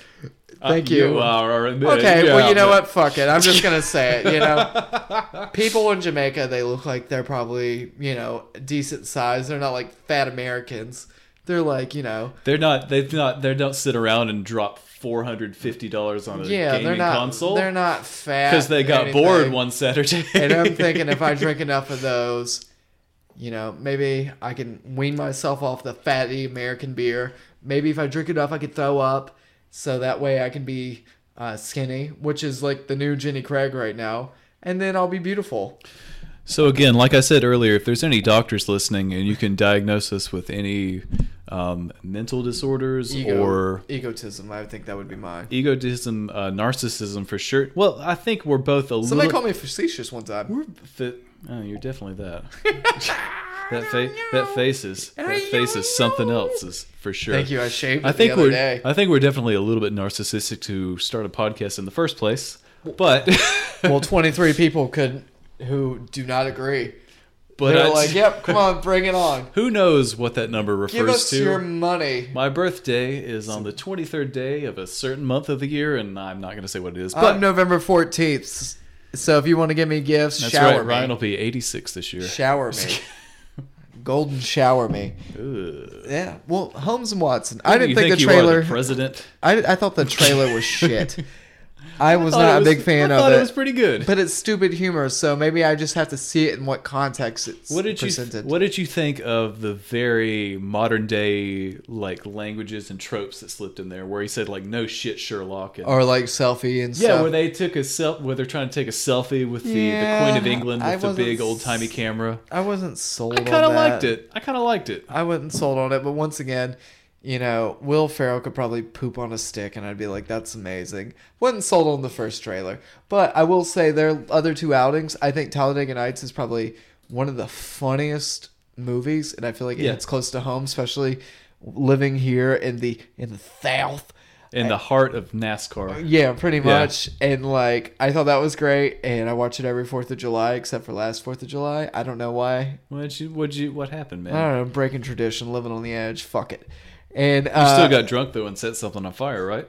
S3: Thank you.
S1: Uh, are admitted.
S3: Okay,
S1: Yeah,
S3: well, you know
S1: but-
S3: what? Fuck it. I'm just gonna say it. You know,
S1: *laughs*
S3: people in Jamaica, they look like they're probably you know decent size. They're not like fat Americans. They're like you know,
S1: They're not. They've not. They don't sit around and drop four hundred fifty dollars on a
S3: yeah,
S1: gaming
S3: they're not.
S1: console
S3: They're not fat
S1: because they got
S3: anything.
S1: bored one Saturday. *laughs*
S3: And I'm thinking if I drink enough of those, you know, maybe I can wean myself off the fatty American beer. Maybe if I drink enough, I could throw up, so that way I can be uh, skinny, which is like the new Jenny Craig right now. And then I'll be beautiful.
S1: so again, like I said earlier, if there's any doctors listening and you can diagnose us with any um, mental disorders
S3: Ego,
S1: or
S3: egotism. I think that would be mine.
S1: egotism, uh, narcissism for sure. Well, I think we're both a
S3: Somebody
S1: little.
S3: called me facetious one time.
S1: We're fa- oh, you're definitely
S3: *laughs*
S1: that. that fa- that face is that face is something else is for sure.
S3: Thank you. I shaved it
S1: I think
S3: the other
S1: we're
S3: day.
S1: I think we're definitely a little bit narcissistic to start a podcast in the first place. But *laughs*
S3: well, 23 people could who do not agree.
S1: but
S3: They're
S1: I-
S3: like, "Yep, come on, bring
S1: *laughs*
S3: it on.
S1: who knows what that number refers
S3: Give us
S1: to?
S3: your money."
S1: My birthday is on the 23rd day of a certain month of the year and I'm not going to say what it is. But
S3: I'm November 14th. So if you want to give me gifts,
S1: that's
S3: shower
S1: right.
S3: me.
S1: Ryan will be 86 this year.
S3: Shower
S1: *laughs*
S3: me. Golden shower me. Yeah. Well, Holmes and Watson. I didn't
S1: you
S3: think,
S1: think
S3: the
S1: you are
S3: trailer.
S1: the
S3: *laughs*
S1: president?
S3: I, I thought the trailer
S1: *laughs*
S3: was shit. I was
S1: Thought
S3: not
S1: it
S3: a
S1: was-
S3: big fan
S1: I
S3: of
S1: thought
S3: it.
S1: it was pretty good.
S3: *laughs* But it's stupid humor, so maybe I just have to see it in what context it's
S1: What did
S3: presented.
S1: you What did you think of the very modern day like languages and tropes that slipped in there, where he said like "no shit, Sherlock"? And,
S3: or like selfie and
S1: yeah,
S3: stuff.
S1: where they took a self, where they're trying to take a selfie with the,
S3: Yeah,
S1: the Queen of England
S3: I
S1: with the
S3: wasn't
S1: big
S3: s-
S1: old timey camera.
S3: I wasn't sold.
S1: I kind of
S3: on that.
S1: liked it. I kind of liked it.
S3: I wasn't sold on it, but once again, you know, Will Ferrell could probably poop on a stick, and I'd be like, "That's amazing." wasn't sold on the first trailer, but I will say their other two outings. I think Talladega Nights is probably one of the funniest movies, and I feel like
S1: Yeah.
S3: it's close to home, especially living here in the in the South.
S1: In the heart of NASCAR,
S3: Yeah, pretty
S1: Yeah.
S3: much. And like, I thought that was great, and I watch it every Fourth of July, except for last Fourth of July. I don't know why.
S1: what you, what you, what happened, man?
S3: I don't know, breaking tradition, living on the edge. Fuck it. And
S1: you
S3: uh,
S1: still got drunk though and set something on fire, right?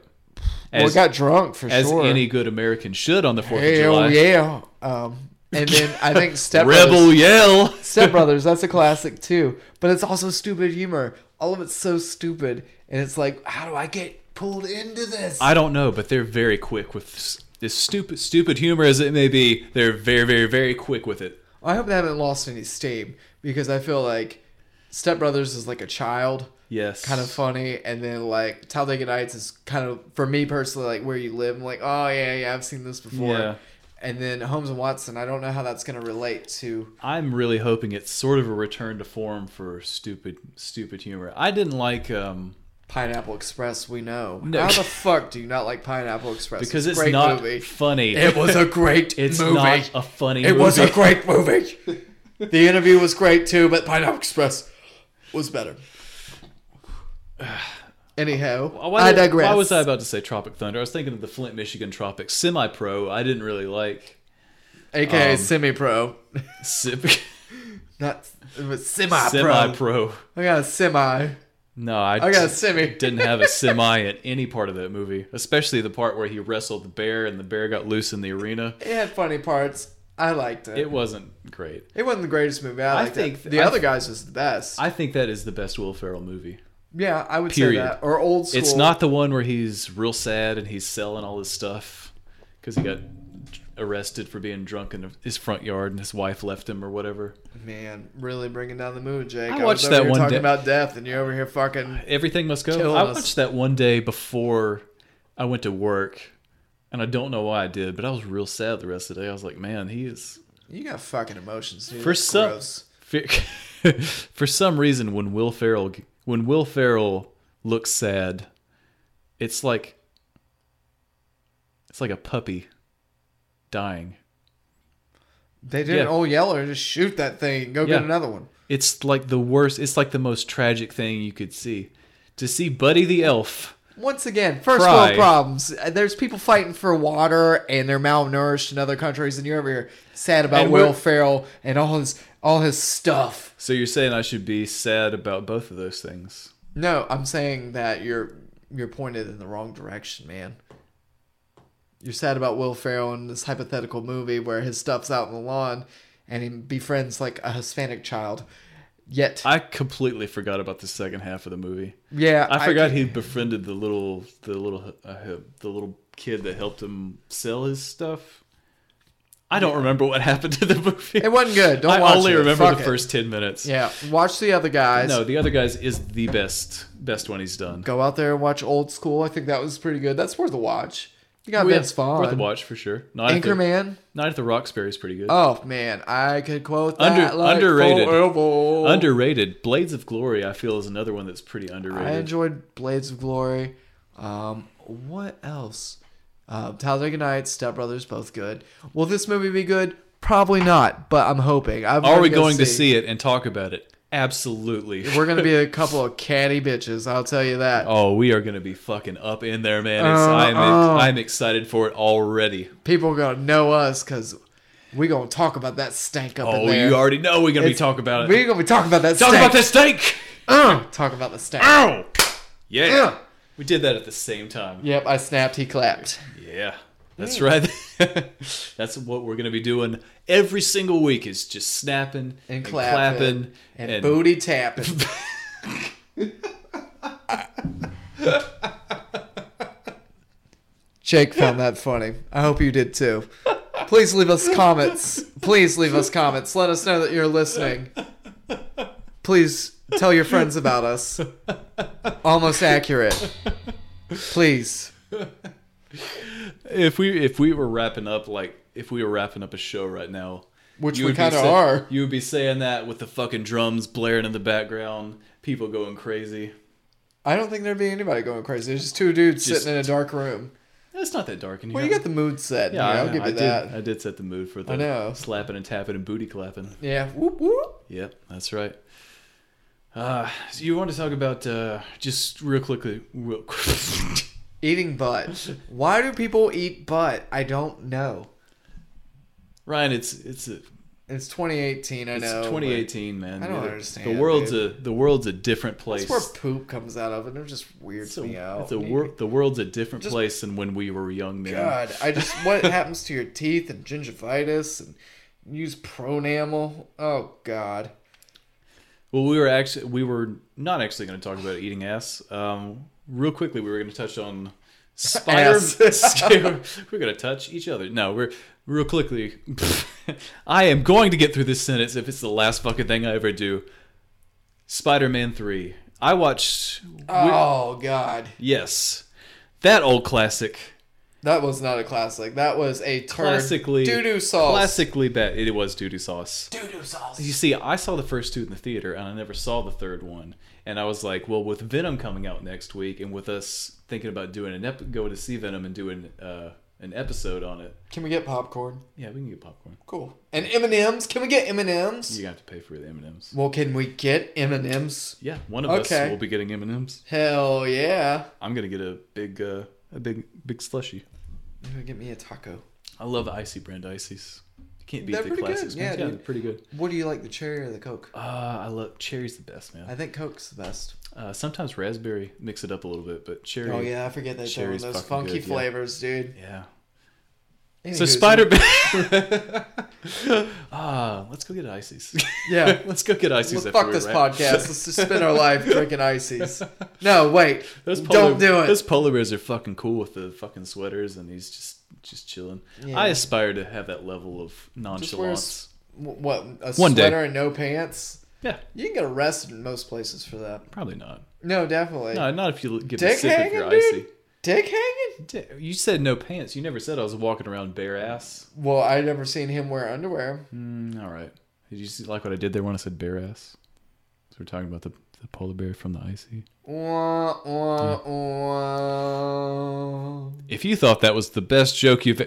S3: well,
S1: As,
S3: got drunk for
S1: as
S3: sure.
S1: any good American should on the Fourth of
S3: Hell
S1: July.
S3: yeah. Um, And then I
S1: *laughs*
S3: think oh, Step
S1: Rebel
S3: Brothers, *laughs*
S1: yell.
S3: Step Brothers, that's a classic too. But it's also stupid humor. All of it's so stupid, and it's like, how do I get pulled into this?
S1: I don't know, but they're very quick with s- this stupid, stupid humor as it may be. They're very, very, very quick with it.
S3: I hope they haven't lost any steam because I feel like Step Brothers is like a child.
S1: Yes.
S3: Kind of funny, and then like Talladega Nights is kind of for me personally like where you live. I'm like, oh yeah, yeah, I've seen this before.
S1: Yeah.
S3: And then Holmes and Watson, I don't know how that's gonna relate to
S1: I'm really hoping it's sort of a return to form for stupid, stupid humor. I didn't like um,
S3: Pineapple Express. We know how the fuck do you not like Pineapple Express?
S1: because
S3: a
S1: it's
S3: great
S1: not
S3: movie.
S1: funny.
S3: It was a great
S1: It's
S3: movie.
S1: not a funny.
S3: it was a
S1: movie.
S3: great movie. the interview was great too, but Pineapple Express was better. *sighs* Anyhow,
S1: *laughs* Why
S3: *laughs* I
S1: did-
S3: digress.
S1: Why was I about to say Tropic Thunder? I was thinking of the Flint, Michigan Tropic semi-pro. I didn't really like.
S3: AKA
S1: Um,
S3: semi-pro,
S1: Semi-
S3: not it was semi-pro.
S1: Semi-pro.
S3: I got a semi.
S1: No, I, *laughs*
S3: I got a
S1: d-
S3: semi.
S1: didn't have a semi in any part of that movie, especially the part where he wrestled the bear and the bear got loose in the arena.
S3: It had funny parts. I liked it.
S1: It
S3: It,
S1: wasn't great.
S3: wasn't the greatest movie. I, liked
S1: think-
S3: it. the
S1: I-
S3: other guys was the best.
S1: I think that is the best Will Ferrell movie.
S3: yeah, I would
S1: Period.
S3: say that. Or old school.
S1: It's not the one where he's real sad and he's selling all his stuff because he got arrested for being drunk in his front yard and his wife left him or whatever.
S3: Man, really bringing down the mood, Jake. I,
S1: watched
S3: was over
S1: that
S3: here
S1: one
S3: talking
S1: day-
S3: about death, and you're over here fucking.
S1: Everything must go.
S3: Killing
S1: I
S3: us.
S1: watched that one day before I went to work, and I don't know why I did, but I was real sad the rest of the day. I was like, man, he is
S3: You got fucking emotions, dude.
S1: for
S3: That's
S1: some
S3: gross.
S1: for, *laughs* for some reason when Will Ferrell when Will Ferrell looks sad, it's like it's like a puppy dying.
S3: They did an
S1: Yeah.
S3: old yeller, just shoot that thing, and go get
S1: Yeah.
S3: another one.
S1: It's like the worst. It's like the most tragic thing you could see. To see Buddy the Elf.
S3: Once again, first
S1: Cry.
S3: world problems. Uh, There's people fighting for water, and they're malnourished in other countries, and you're over here sad about
S1: And
S3: Will
S1: we're-
S3: Ferrell and all his all his stuff.
S1: So you're saying I should be sad about both of those things?
S3: No, I'm saying that you're you're pointed in the wrong direction, man. You're sad about Will Ferrell in this hypothetical movie where his stuff's out on the lawn, and he befriends like a Hispanic child. Yet,
S1: I completely forgot about the second half of the movie.
S3: yeah,
S1: I forgot he befriended the little the little uh, the little kid that helped him sell his stuff. I don't remember what *laughs* happened to the movie.
S3: It wasn't good. Don't
S1: I
S3: watch
S1: only
S3: it.
S1: remember
S3: Fuck
S1: the
S3: it.
S1: first ten minutes.
S3: Yeah, watch the other guys.
S1: No, the other guys is the best best one he's done.
S3: go out there and watch Old School. I think that was pretty good. That's worth a watch. You got
S1: Oh, yeah,
S3: Vince Vaughn,
S1: Worth a watch for sure. Not
S3: Anchorman.
S1: Night at the Roxbury is pretty good.
S3: Oh man, I could quote that
S1: Under-
S3: like
S1: underrated.
S3: forever.
S1: underrated. Blades of Glory, I feel, is another one that's pretty underrated.
S3: I enjoyed Blades of Glory. Um, what else? Uh, Talladega Nights, Step Brothers, both good. Will this movie be good? Probably not, but I'm hoping. I'm
S1: Are
S3: gonna
S1: we
S3: go
S1: going to see it and talk about it? Absolutely.
S3: We're gonna
S1: *laughs*
S3: be a couple of catty bitches. I'll tell you that.
S1: Oh, we are gonna be fucking up in there, man. It's,
S3: Uh,
S1: I'm
S3: uh.
S1: I'm excited for it already.
S3: People are gonna know us because we gonna talk about that stank up in
S1: Oh,
S3: there.
S1: you already know we're gonna be
S3: It's-
S1: talking about it.
S3: We're gonna be talking about that.
S1: talk
S3: stank.
S1: about the steak.
S3: Uh, talk about the snap.
S1: Ow! Yeah.
S3: Yeah.
S1: we did that at the same time.
S3: Yep, I snapped. He clapped.
S1: Yeah, that's right. *laughs* that's what we're gonna be doing every single week is just snapping
S3: And clapping. And,
S1: and *laughs*
S3: booty tapping. Jake found that funny. I hope you did too. Please leave us comments. Please leave us comments. Let us know that you're listening. Please tell your friends about us. Almost accurate. Please.
S1: if we if we were wrapping up like if we were wrapping up a show right now
S3: Which
S1: you
S3: we
S1: would be
S3: kinda
S1: say-
S3: are.
S1: you would be saying that with the fucking drums blaring in the background people going crazy
S3: I don't think there'd be anybody going crazy. There's just two dudes
S1: Just-
S3: sitting in a dark room.
S1: it's not that dark in here
S3: Well, you got the mood set. Yeah, I'll give you
S1: did,
S3: that.
S1: I did set the mood for the
S3: I know.
S1: slapping and tapping and booty clapping
S3: Yeah. Whoop whoop.
S1: yep that's right uh, so you want to talk about uh, just real quickly real quick
S3: Eating butt. Why do people eat butt? I don't know.
S1: *laughs* Ryan it's it's a
S3: It's 2018. I
S1: it's
S3: know. but
S1: 2018, man.
S3: I don't
S1: The-
S3: understand,
S1: The world's
S3: dude.
S1: a the world's a different place.
S3: That's where poop comes out of, and it just weirds
S1: It's
S3: me
S1: a,
S3: out.
S1: it's a wor- the world's a different place than when we were young men. *laughs*
S3: God, I just what happens to your teeth and gingivitis and use pronamel. Oh God.
S1: Well, we were actually we were not actually going to talk about eating ass. Um, real quickly, we were going to touch on spider. *laughs* scare- we're going to touch each other. No, we're real quickly. *laughs* I am going to get through this sentence if it's the last fucking thing I ever do. Spider-Man Three. I watched.
S3: Oh God.
S1: Yes, that old classic.
S3: That was not a classic. That was a turd.
S1: Classically,
S3: doo doo sauce.
S1: Classically, bad. It was doo doo sauce.
S3: doo doo sauce.
S1: You see, I saw the first two in the theater, and I never saw the third one. And I was like, well, with Venom coming out next week, and with us thinking about doing an ep- go to see Venom and doing uh, an episode on it,
S3: Can we get popcorn?
S1: yeah, we can get popcorn.
S3: Cool. And M and M's. Can we get M and M's?
S1: You gonna have to pay for the M and M's.
S3: Well, can we get M and M's?
S1: Yeah, one of
S3: Okay.
S1: us will be getting M and M's.
S3: Hell yeah!
S1: I'm gonna get a big, uh, a big, big slushy.
S3: You're gonna get me a taco.
S1: I love icy brand ices. You can't beat
S3: They're
S1: the
S3: pretty good.
S1: classics.
S3: Yeah,
S1: ones. yeah
S3: dude.
S1: they're pretty good.
S3: What do you like, the cherry or the Coke?
S1: Uh, I love cherry's the best, man.
S3: I think Coke's the best.
S1: Uh, sometimes raspberry mix it up a little bit, but cherry.
S3: Oh yeah, I forget that they're one of
S1: Cherry's
S3: those
S1: fucking
S3: funky
S1: good, yeah.
S3: flavors, dude.
S1: Yeah.
S3: Anywho,
S1: So Spider Man. *laughs* ah, let's go get ices. *laughs*
S3: Yeah.
S1: let's go get ices.
S3: Well,
S1: after
S3: fuck
S1: we
S3: this
S1: wrap.
S3: podcast. Let's just spend our life drinking ices. No, wait.
S1: *laughs* Those
S3: Don't do it.
S1: Those polar bears are fucking cool with the fucking sweaters, and he's just just chilling. I aspire to have that level of
S3: Just wear a
S1: nonchalance.
S3: s- w- what a
S1: One day.
S3: sweater and no pants.
S1: Yeah,
S3: You can get arrested in most places for that.
S1: probably not.
S3: No, definitely.
S1: No, not if you give a
S3: Dick
S1: sip of
S3: hanging,
S1: your
S3: dude.
S1: icy.
S3: Dick hanging.
S1: Di- You said no pants. You never said I was walking around bare ass.
S3: Well, I've never seen him wear underwear.
S1: Mm, all right. Did you see like what I did there when I said bare ass? So we're talking about the, the polar bear from the icy.
S3: Wah, wah,
S1: Hmm.
S3: wah.
S1: If you thought that was the best joke you've e-,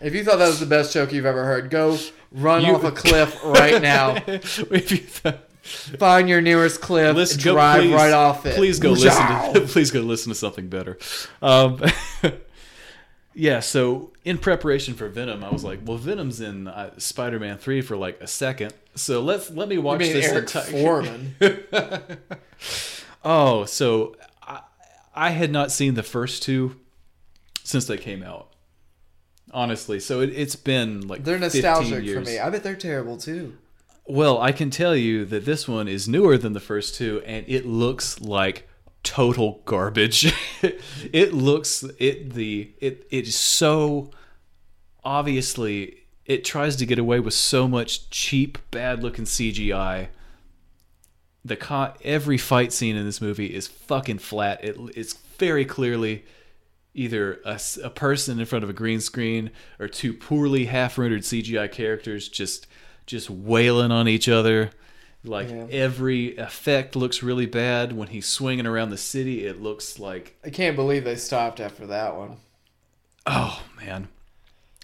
S3: If you thought that was the best joke you've ever heard, go run
S1: You-
S3: off a cliff right
S1: *laughs*
S3: now.
S1: *laughs* if you thought,
S3: Find your nearest cliff,
S1: listen, go,
S3: drive
S1: please,
S3: right off it.
S1: Please go
S3: Wow.
S1: listen. To, *laughs* please go listen to something better. Um, *laughs* yeah. So in preparation for Venom, I was like, well, Venom's in uh, Spider-Man three for like a second, so let's let me watch
S3: I mean,
S1: this
S3: Eric
S1: entire. *laughs*
S3: Foreman.
S1: Oh, so I, I had not seen the first two since they came out. Honestly, so it, it's been like
S3: They're
S1: 15
S3: nostalgic for
S1: years.
S3: me. I bet they're terrible too.
S1: Well, I can tell you that this one is newer than the first two, and it looks like total garbage. *laughs* it looks it the it it is so obviously it tries to get away with so much cheap, bad looking CGI. The co- every fight scene in this movie is fucking flat. It, it's very clearly either a, s- a person in front of a green screen or two poorly half rendered CGI characters just just wailing on each other. Like every effect looks really bad when he's swinging around the city. It looks like
S3: I can't believe they stopped after that one.
S1: oh man,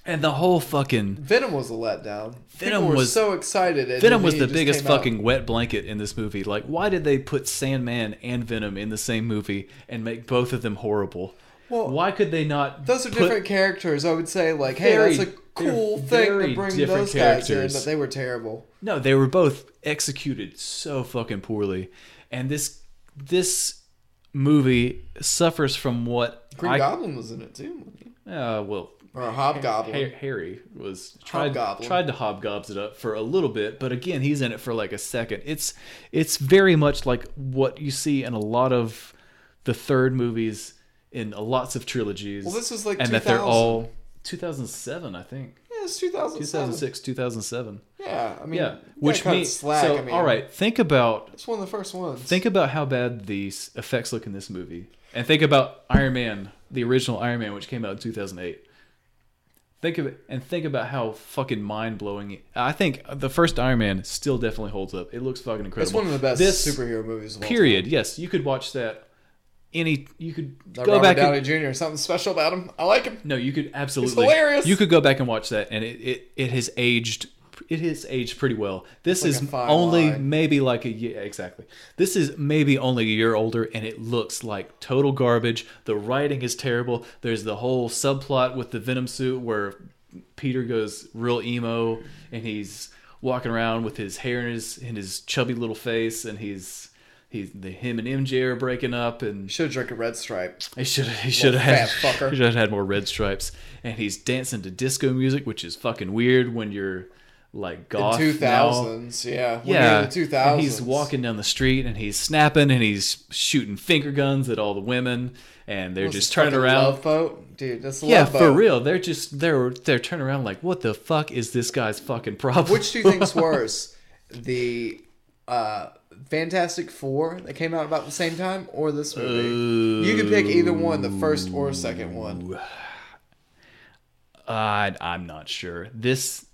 S1: and the whole fucking
S3: Venom was a letdown.
S1: Venom
S3: People were
S1: was-
S3: so excited. and
S1: Venom
S3: then
S1: was
S3: he
S1: the
S3: just
S1: biggest
S3: came out.
S1: fucking wet blanket in this movie. Like, why did they put Sandman and Venom in the same movie and make both of them horrible?
S3: Well,
S1: why could they not?
S3: Those are
S1: put-
S3: different characters. I would say, like, hey,
S1: Very-
S3: that's a
S1: they're
S3: cool thing
S1: very
S3: to bring
S1: different
S3: those guys in,
S1: characters.
S3: but they were terrible.
S1: No, they were both executed so fucking poorly, and this this movie suffers from what
S3: Green
S1: I
S3: Goblin was in it too, wasn't he?
S1: uh, well
S3: or a Hobgoblin.
S1: Har- Harry was tried
S3: Hobgoblin.
S1: tried to hobgobs it up for a little bit, but again he's in it for like a second. It's it's very much like what you see in a lot of the third movies in lots of trilogies.
S3: Well, this was like
S1: and that they're all 2007, I think
S3: Yeah, it's 2007.
S1: 2006, 2007.
S3: Yeah, I mean,
S1: Yeah,
S3: which
S1: which means
S3: means slack.
S1: so
S3: I mean,
S1: all right. Think about
S3: it's one of the first ones.
S1: Think about how bad the s- effects look in this movie, and think about Iron Man, the original Iron Man, which came out in 2008. Think of it, and think about how fucking mind blowing. I think the first Iron Man still definitely holds up. It looks fucking incredible.
S3: it's one of the best
S1: This
S3: superhero movies of all time.
S1: period. Yes, you could watch that. Any you could
S3: That
S1: go
S3: Robert
S1: back.
S3: Downey
S1: And,
S3: Jr. Something special about him. I like him.
S1: no, you could absolutely.
S3: hilarious.
S1: You could go back and watch that, and it it, it has aged. It has aged pretty well. This
S3: a
S1: is
S3: fine
S1: only
S3: wine.
S1: maybe like a year exactly. This is maybe only a year older, and it looks like total garbage. The writing is terrible. There's the whole subplot with the Venom suit where Peter goes real emo, and he's walking around with his hair in his in his chubby little face, and he's He's the him and MJ are breaking up, and
S3: Should drink a red stripe.
S1: he should he should have had
S3: fat fucker.
S1: he should have had more red stripes. And he's dancing to disco music, which is fucking weird when you're like goth
S3: Two
S1: now.
S3: thousands, yeah. When
S1: Yeah,
S3: you're in the two
S1: And
S3: thousands.
S1: he's walking down the street and he's snapping and he's shooting finger guns at all the women, and they're just turning
S3: Fucking
S1: around.
S3: Love boat, dude. That's a
S1: Yeah,
S3: love boat.
S1: for real. They're just they're they're turning around like, what the fuck is this guy's fucking problem?
S3: Which do you think's worse, the uh, Fantastic Four that came out about the same time, or this movie? You could pick either one, the first or second one.
S1: *laughs* I I'm not sure. This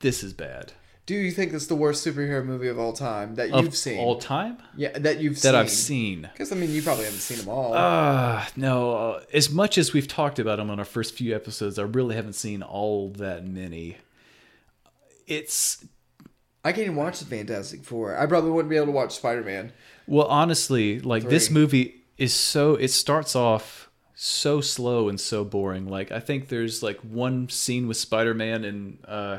S1: this is bad.
S3: Do you think it's the worst superhero movie of all time that
S1: Of
S3: you've seen?
S1: all time
S3: yeah, that you've
S1: that
S3: seen.
S1: I've seen.
S3: Because I mean, you probably haven't seen them all.
S1: Uh, *sighs* no, uh, as much as we've talked about them on our first few episodes, I really haven't seen all that many. It's
S3: I can't even watch the Fantastic Four. I probably wouldn't be able to watch Spider Man.
S1: Well, honestly, like this
S3: Three.
S1: movie is so it starts off so slow and so boring. Like I think there's like one scene with Spider-Man and uh,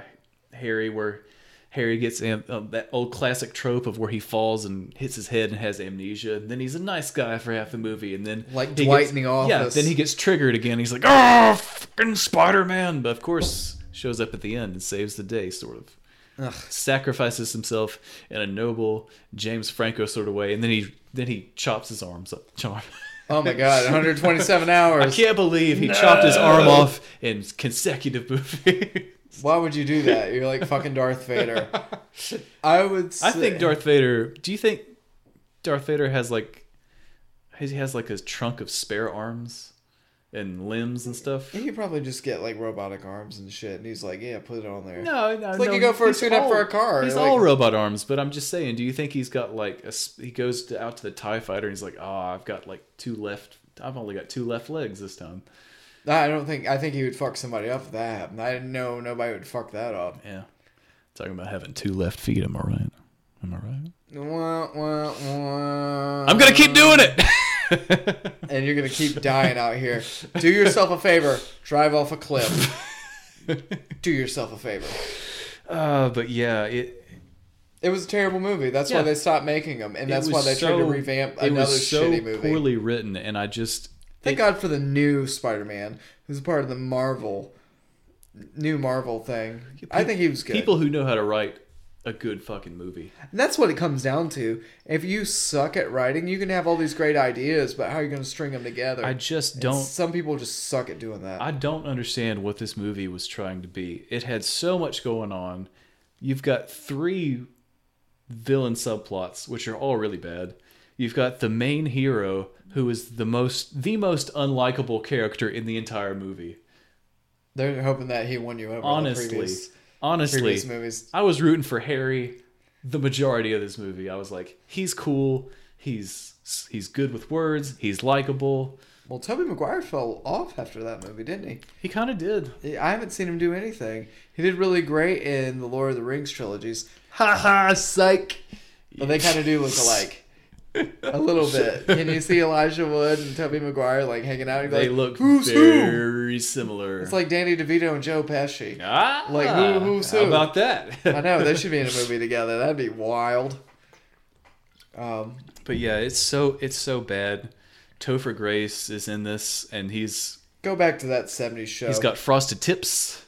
S1: Harry where Harry gets am- uh, that old classic trope of where he falls and hits his head and has amnesia, and then he's a nice guy for half the movie, and then
S3: Like
S1: he
S3: Dwight
S1: gets-
S3: in The
S1: Yeah,
S3: Office.
S1: then he gets triggered again. He's like, "Oh, fucking Spider-Man!" But of course, shows up at the end and saves the day, sort of sacrifices himself in a noble James Franco sort of way, and then he then he chops his arms up. Charm.
S3: Oh my
S1: *laughs*
S3: god, 127 hours.
S1: I can't believe he chopped his arm off in consecutive movies.
S3: Why would you do that? You're like fucking Darth Vader. I would.
S1: *laughs*
S3: Say,
S1: I think Darth Vader. Do you think Darth Vader has like he has like a trunk of spare arms and limbs and stuff?
S3: He could probably just get like robotic arms and shit, and he's like, "Yeah, put it on there."
S1: No, no,
S3: It's like
S1: no,
S3: you go for a
S1: he's
S3: tune-up
S1: all-
S3: for a car.
S1: He's
S3: Like-
S1: all robot arms, but I'm just saying. Do you think he's got like a, s- he goes to, out to the Tie Fighter and he's like, oh, I've got like two left. I've only got two left legs this time.
S3: No, I don't think. I think he would fuck somebody up if that happened. I didn't know nobody would fuck that up.
S1: Yeah, talking about having two left feet. Am I right? Am I right?
S3: Wah, wah, wah.
S1: I'm gonna keep doing it.
S3: and you're gonna keep dying out here. Do yourself a favor. Drive off
S1: *laughs*
S3: a cliff. Do yourself a favor.
S1: Uh, but yeah, it.
S3: It was a terrible movie. That's
S1: Yeah.
S3: why they stopped making them, and
S1: it
S3: that's
S1: was
S3: why they
S1: so,
S3: tried to revamp
S1: It
S3: another
S1: was so
S3: shitty movie.
S1: poorly written, and I just
S3: Thank God for the new Spider-Man, who's part of the Marvel, new Marvel thing. I think he was good.
S1: people who know how to write a good fucking movie.
S3: And that's what it comes down to. If you suck at writing, you can have all these great ideas, but how are you going to string them together?
S1: I just don't.
S3: Some people just suck at doing that.
S1: I don't understand what this movie was trying to be. It had so much going on. You've got three villain subplots, which are all really bad. You've got the main hero, who is the most the most unlikable character in the entire movie.
S3: They're hoping that he won you over. on the
S1: Honestly,
S3: previous-
S1: honestly,
S3: previous movies.
S1: I was rooting for Harry the majority of this movie. I was like, he's cool. He's he's good with words. He's likable.
S3: well, Toby Maguire fell off after that movie, didn't
S1: He kind of did.
S3: he? I haven't seen him do anything. He did really great in the Lord of the Rings trilogies.
S1: Ha ha!
S3: Psych. But they kind of do look alike.
S1: *laughs*
S3: A little bit. Can you see Elijah Wood and Toby Maguire like hanging out? You'd be
S1: They
S3: like,
S1: look
S3: who's who?
S1: very similar.
S3: It's like Danny DeVito and Joe Pesci.
S1: Ah,
S3: Like, who- who's
S1: how
S3: who?
S1: about that?
S3: *laughs* I know they should be
S1: *laughs*
S3: in a movie together. That'd be wild.
S1: but yeah, it's so it's so bad. Topher Grace is in this, and he's
S3: Go back to that '70s show.
S1: he's got frosted tips,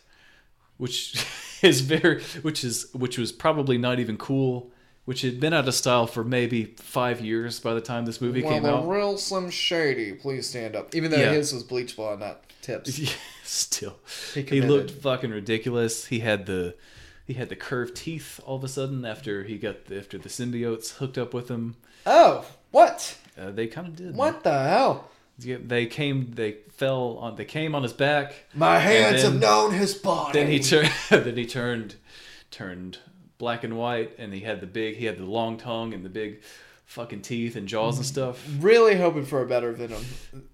S1: which *laughs* is very which is which was probably not even cool, which had been out of style for maybe five years by the time this movie
S3: well,
S1: came
S3: the
S1: out.
S3: real Slim Shady. Please stand up. Even though
S1: Yeah.
S3: his was bleach blonde, not
S1: *laughs*
S3: tips.
S1: *laughs* Still,
S3: He
S1: he,
S3: committed.
S1: looked fucking ridiculous. He had the he had the curved teeth all of a sudden after he got the, after the symbiotes hooked up with him.
S3: Oh, what?
S1: Uh, they kind of did
S3: What the hell?
S1: Yeah, they came. They fell on. They came on his back.
S3: My hands
S1: then-
S3: have known his body.
S1: Then he turned. *laughs* then he turned, turned black and white, and he had the big. He had the long tongue and the big, fucking teeth and jaws and stuff.
S3: really hoping for a better Venom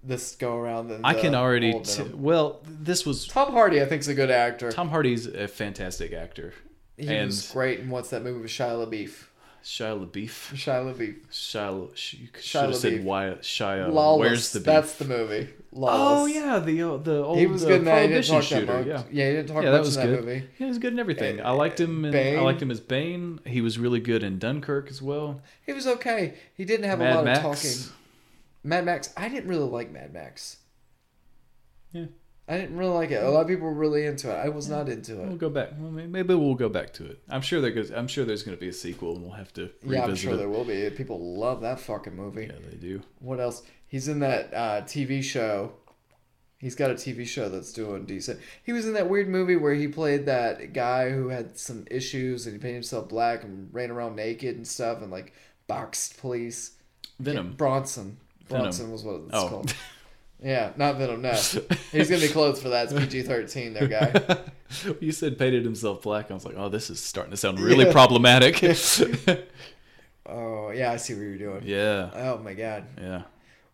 S3: this go around than
S1: I
S3: the
S1: can already.
S3: old
S1: T-
S3: Venom.
S1: well, this was
S3: Tom Hardy, I think, is a good actor.
S1: Tom Hardy's a fantastic actor,
S3: he
S1: and
S3: was great in what's that movie with Shia LaBeouf?
S1: Shia LaBeouf.
S3: Shia LaBeouf.
S1: Shia. Sh- you should
S3: Shia
S1: have
S3: LaBeouf.
S1: said why. Shia.
S3: Lawless.
S1: Where's the beef?
S3: That's the movie. Lawless.
S1: oh yeah, the uh, the old
S3: He was
S1: uh,
S3: good in that. He didn't
S1: prohibition
S3: talk that
S1: shooter.
S3: much.
S1: Yeah.
S3: Yeah, he didn't talk
S1: yeah,
S3: much
S1: that was
S3: in that
S1: good.
S3: movie.
S1: Yeah, he was good in everything. I liked him. In, I
S3: Bane.
S1: liked him as Bane. He was really good in Dunkirk as well.
S3: He was okay. He didn't have a
S1: Mad
S3: lot
S1: Max.
S3: of talking. Mad Max. I didn't really like Mad Max.
S1: Yeah.
S3: I didn't really like it. A lot of people were really into it. I was not into
S1: We'll
S3: it.
S1: go back. Well, may- maybe we'll go back to it. I'm sure there goes. I'm sure there's going to be a sequel, and we'll have to revisit
S3: Yeah, I'm sure
S1: it.
S3: there will be. People love that fucking movie.
S1: Yeah, they do.
S3: What else? He's in that uh, TV show. He's got a TV show that's doing decent. He was in that weird movie where he played that guy who had some issues and he painted himself black and ran around naked and stuff and like boxed police.
S1: Venom.
S3: Bronson.
S1: Venom.
S3: Bronson was what it's
S1: Oh. *laughs*
S3: called. Yeah, not Venom. No, he's gonna be closed for that. It's PG thirteen.
S1: *laughs*
S3: Their guy.
S1: You said painted himself black. I was like, oh, this is starting to sound really
S3: *laughs*
S1: problematic. *laughs*
S3: Oh yeah, I see what you're doing.
S1: yeah,
S3: Oh my god.
S1: yeah.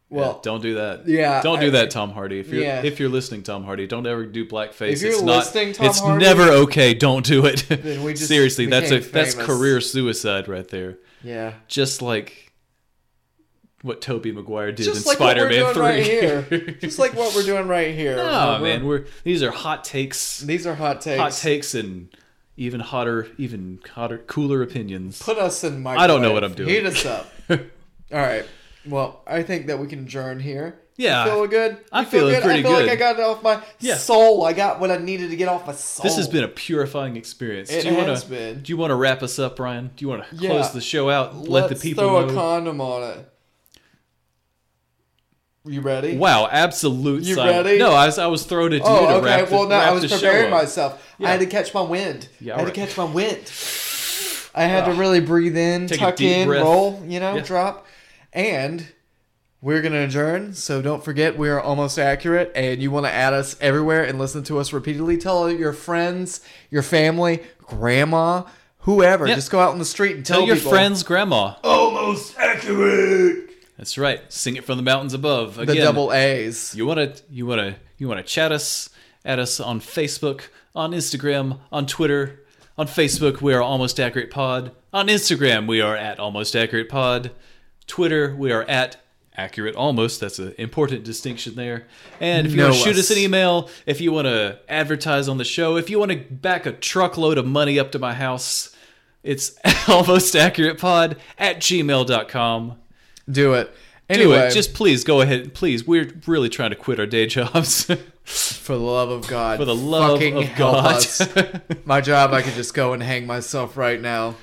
S3: Well,
S1: yeah, don't do that.
S3: yeah,
S1: don't do
S3: I-
S1: that, Tom Hardy. If you're
S3: Yeah.
S1: if you're listening, Tom Hardy, don't ever do blackface.
S3: If you're
S1: it's not,
S3: listening, Tom
S1: it's
S3: Hardy,
S1: never okay. Don't do it.
S3: we just
S1: Seriously, that's a
S3: became
S1: that's
S3: famous.
S1: career suicide right there.
S3: yeah.
S1: Just like what Toby Maguire did
S3: Just
S1: in
S3: like
S1: Spider-Man
S3: what
S1: 3.
S3: we're doing
S1: *laughs*
S3: right here. Just like what we're doing right here.
S1: oh
S3: remember?
S1: man, we're these are hot takes,
S3: These are hot takes.
S1: hot takes, and even hotter, even hotter, cooler opinions.
S3: Put us in my.
S1: I don't know what I'm doing.
S3: Heat
S1: *laughs*
S3: us up. All right. Well, I think that we can adjourn here.
S1: Yeah.
S3: You feeling good?
S1: I'm
S3: You feel
S1: feeling pretty
S3: I feel
S1: good.
S3: like I got it off my
S1: Yeah.
S3: soul. I got what I needed to get off my soul.
S1: This has been a purifying experience.
S3: It
S1: do you
S3: has
S1: wanna,
S3: been.
S1: Do you want to wrap us up, Ryan? Do you want to
S3: Yeah.
S1: close the show out? let the
S3: Let's
S1: people
S3: throw
S1: know.
S3: a condom on it. You ready?
S1: wow, absolute.
S3: You
S1: silence.
S3: ready?
S1: No, I was, I was thrown at you
S3: Oh,
S1: to
S3: okay.
S1: wrap. The,
S3: well, no,
S1: wrap
S3: I was
S1: the show
S3: preparing
S1: up.
S3: myself.
S1: Yeah.
S3: I had to catch my wind.
S1: Yeah,
S3: I had
S1: alright.
S3: to catch
S1: *sighs*
S3: my wind. I had to really breathe in,
S1: Take a
S3: tuck
S1: deep
S3: in,
S1: breath.
S3: roll, you know,
S1: Yeah.
S3: drop. And we're going to adjourn. So don't forget, we are almost accurate. And you want to add us everywhere and listen to us repeatedly. Tell all your friends, your family, grandma, whoever.
S1: Yeah.
S3: Just go out on the street and tell,
S1: Tell your
S3: people.
S1: friends, Grandma.
S3: Almost accurate.
S1: That's right. Sing it from the mountains above.
S3: The
S1: Again,
S3: double A's.
S1: You wanna you wanna you wanna chat us at us on Facebook, on Instagram, on Twitter. On Facebook we are almost accurate pod. On Instagram we are at almost accurate pod. Twitter we are at accurate almost. That's an important distinction there. And if you want
S3: Know
S1: to shoot us
S3: us.
S1: an email, if you want to advertise on the show, if you want to back a truckload of money up to my house, it's *laughs* almost accurate pod at gmail.com.
S3: Do it.
S1: Do
S3: Anyway,
S1: it. Just please go ahead. Please, we're really trying to quit our day jobs.
S3: For the love of God. For
S1: the love of God. *laughs*
S3: My job, I could just go and hang myself right now.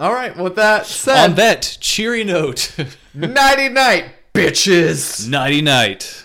S3: All right, with that
S1: On
S3: said,
S1: that cheery note, *laughs*
S3: nighty night, bitches.
S1: nighty night.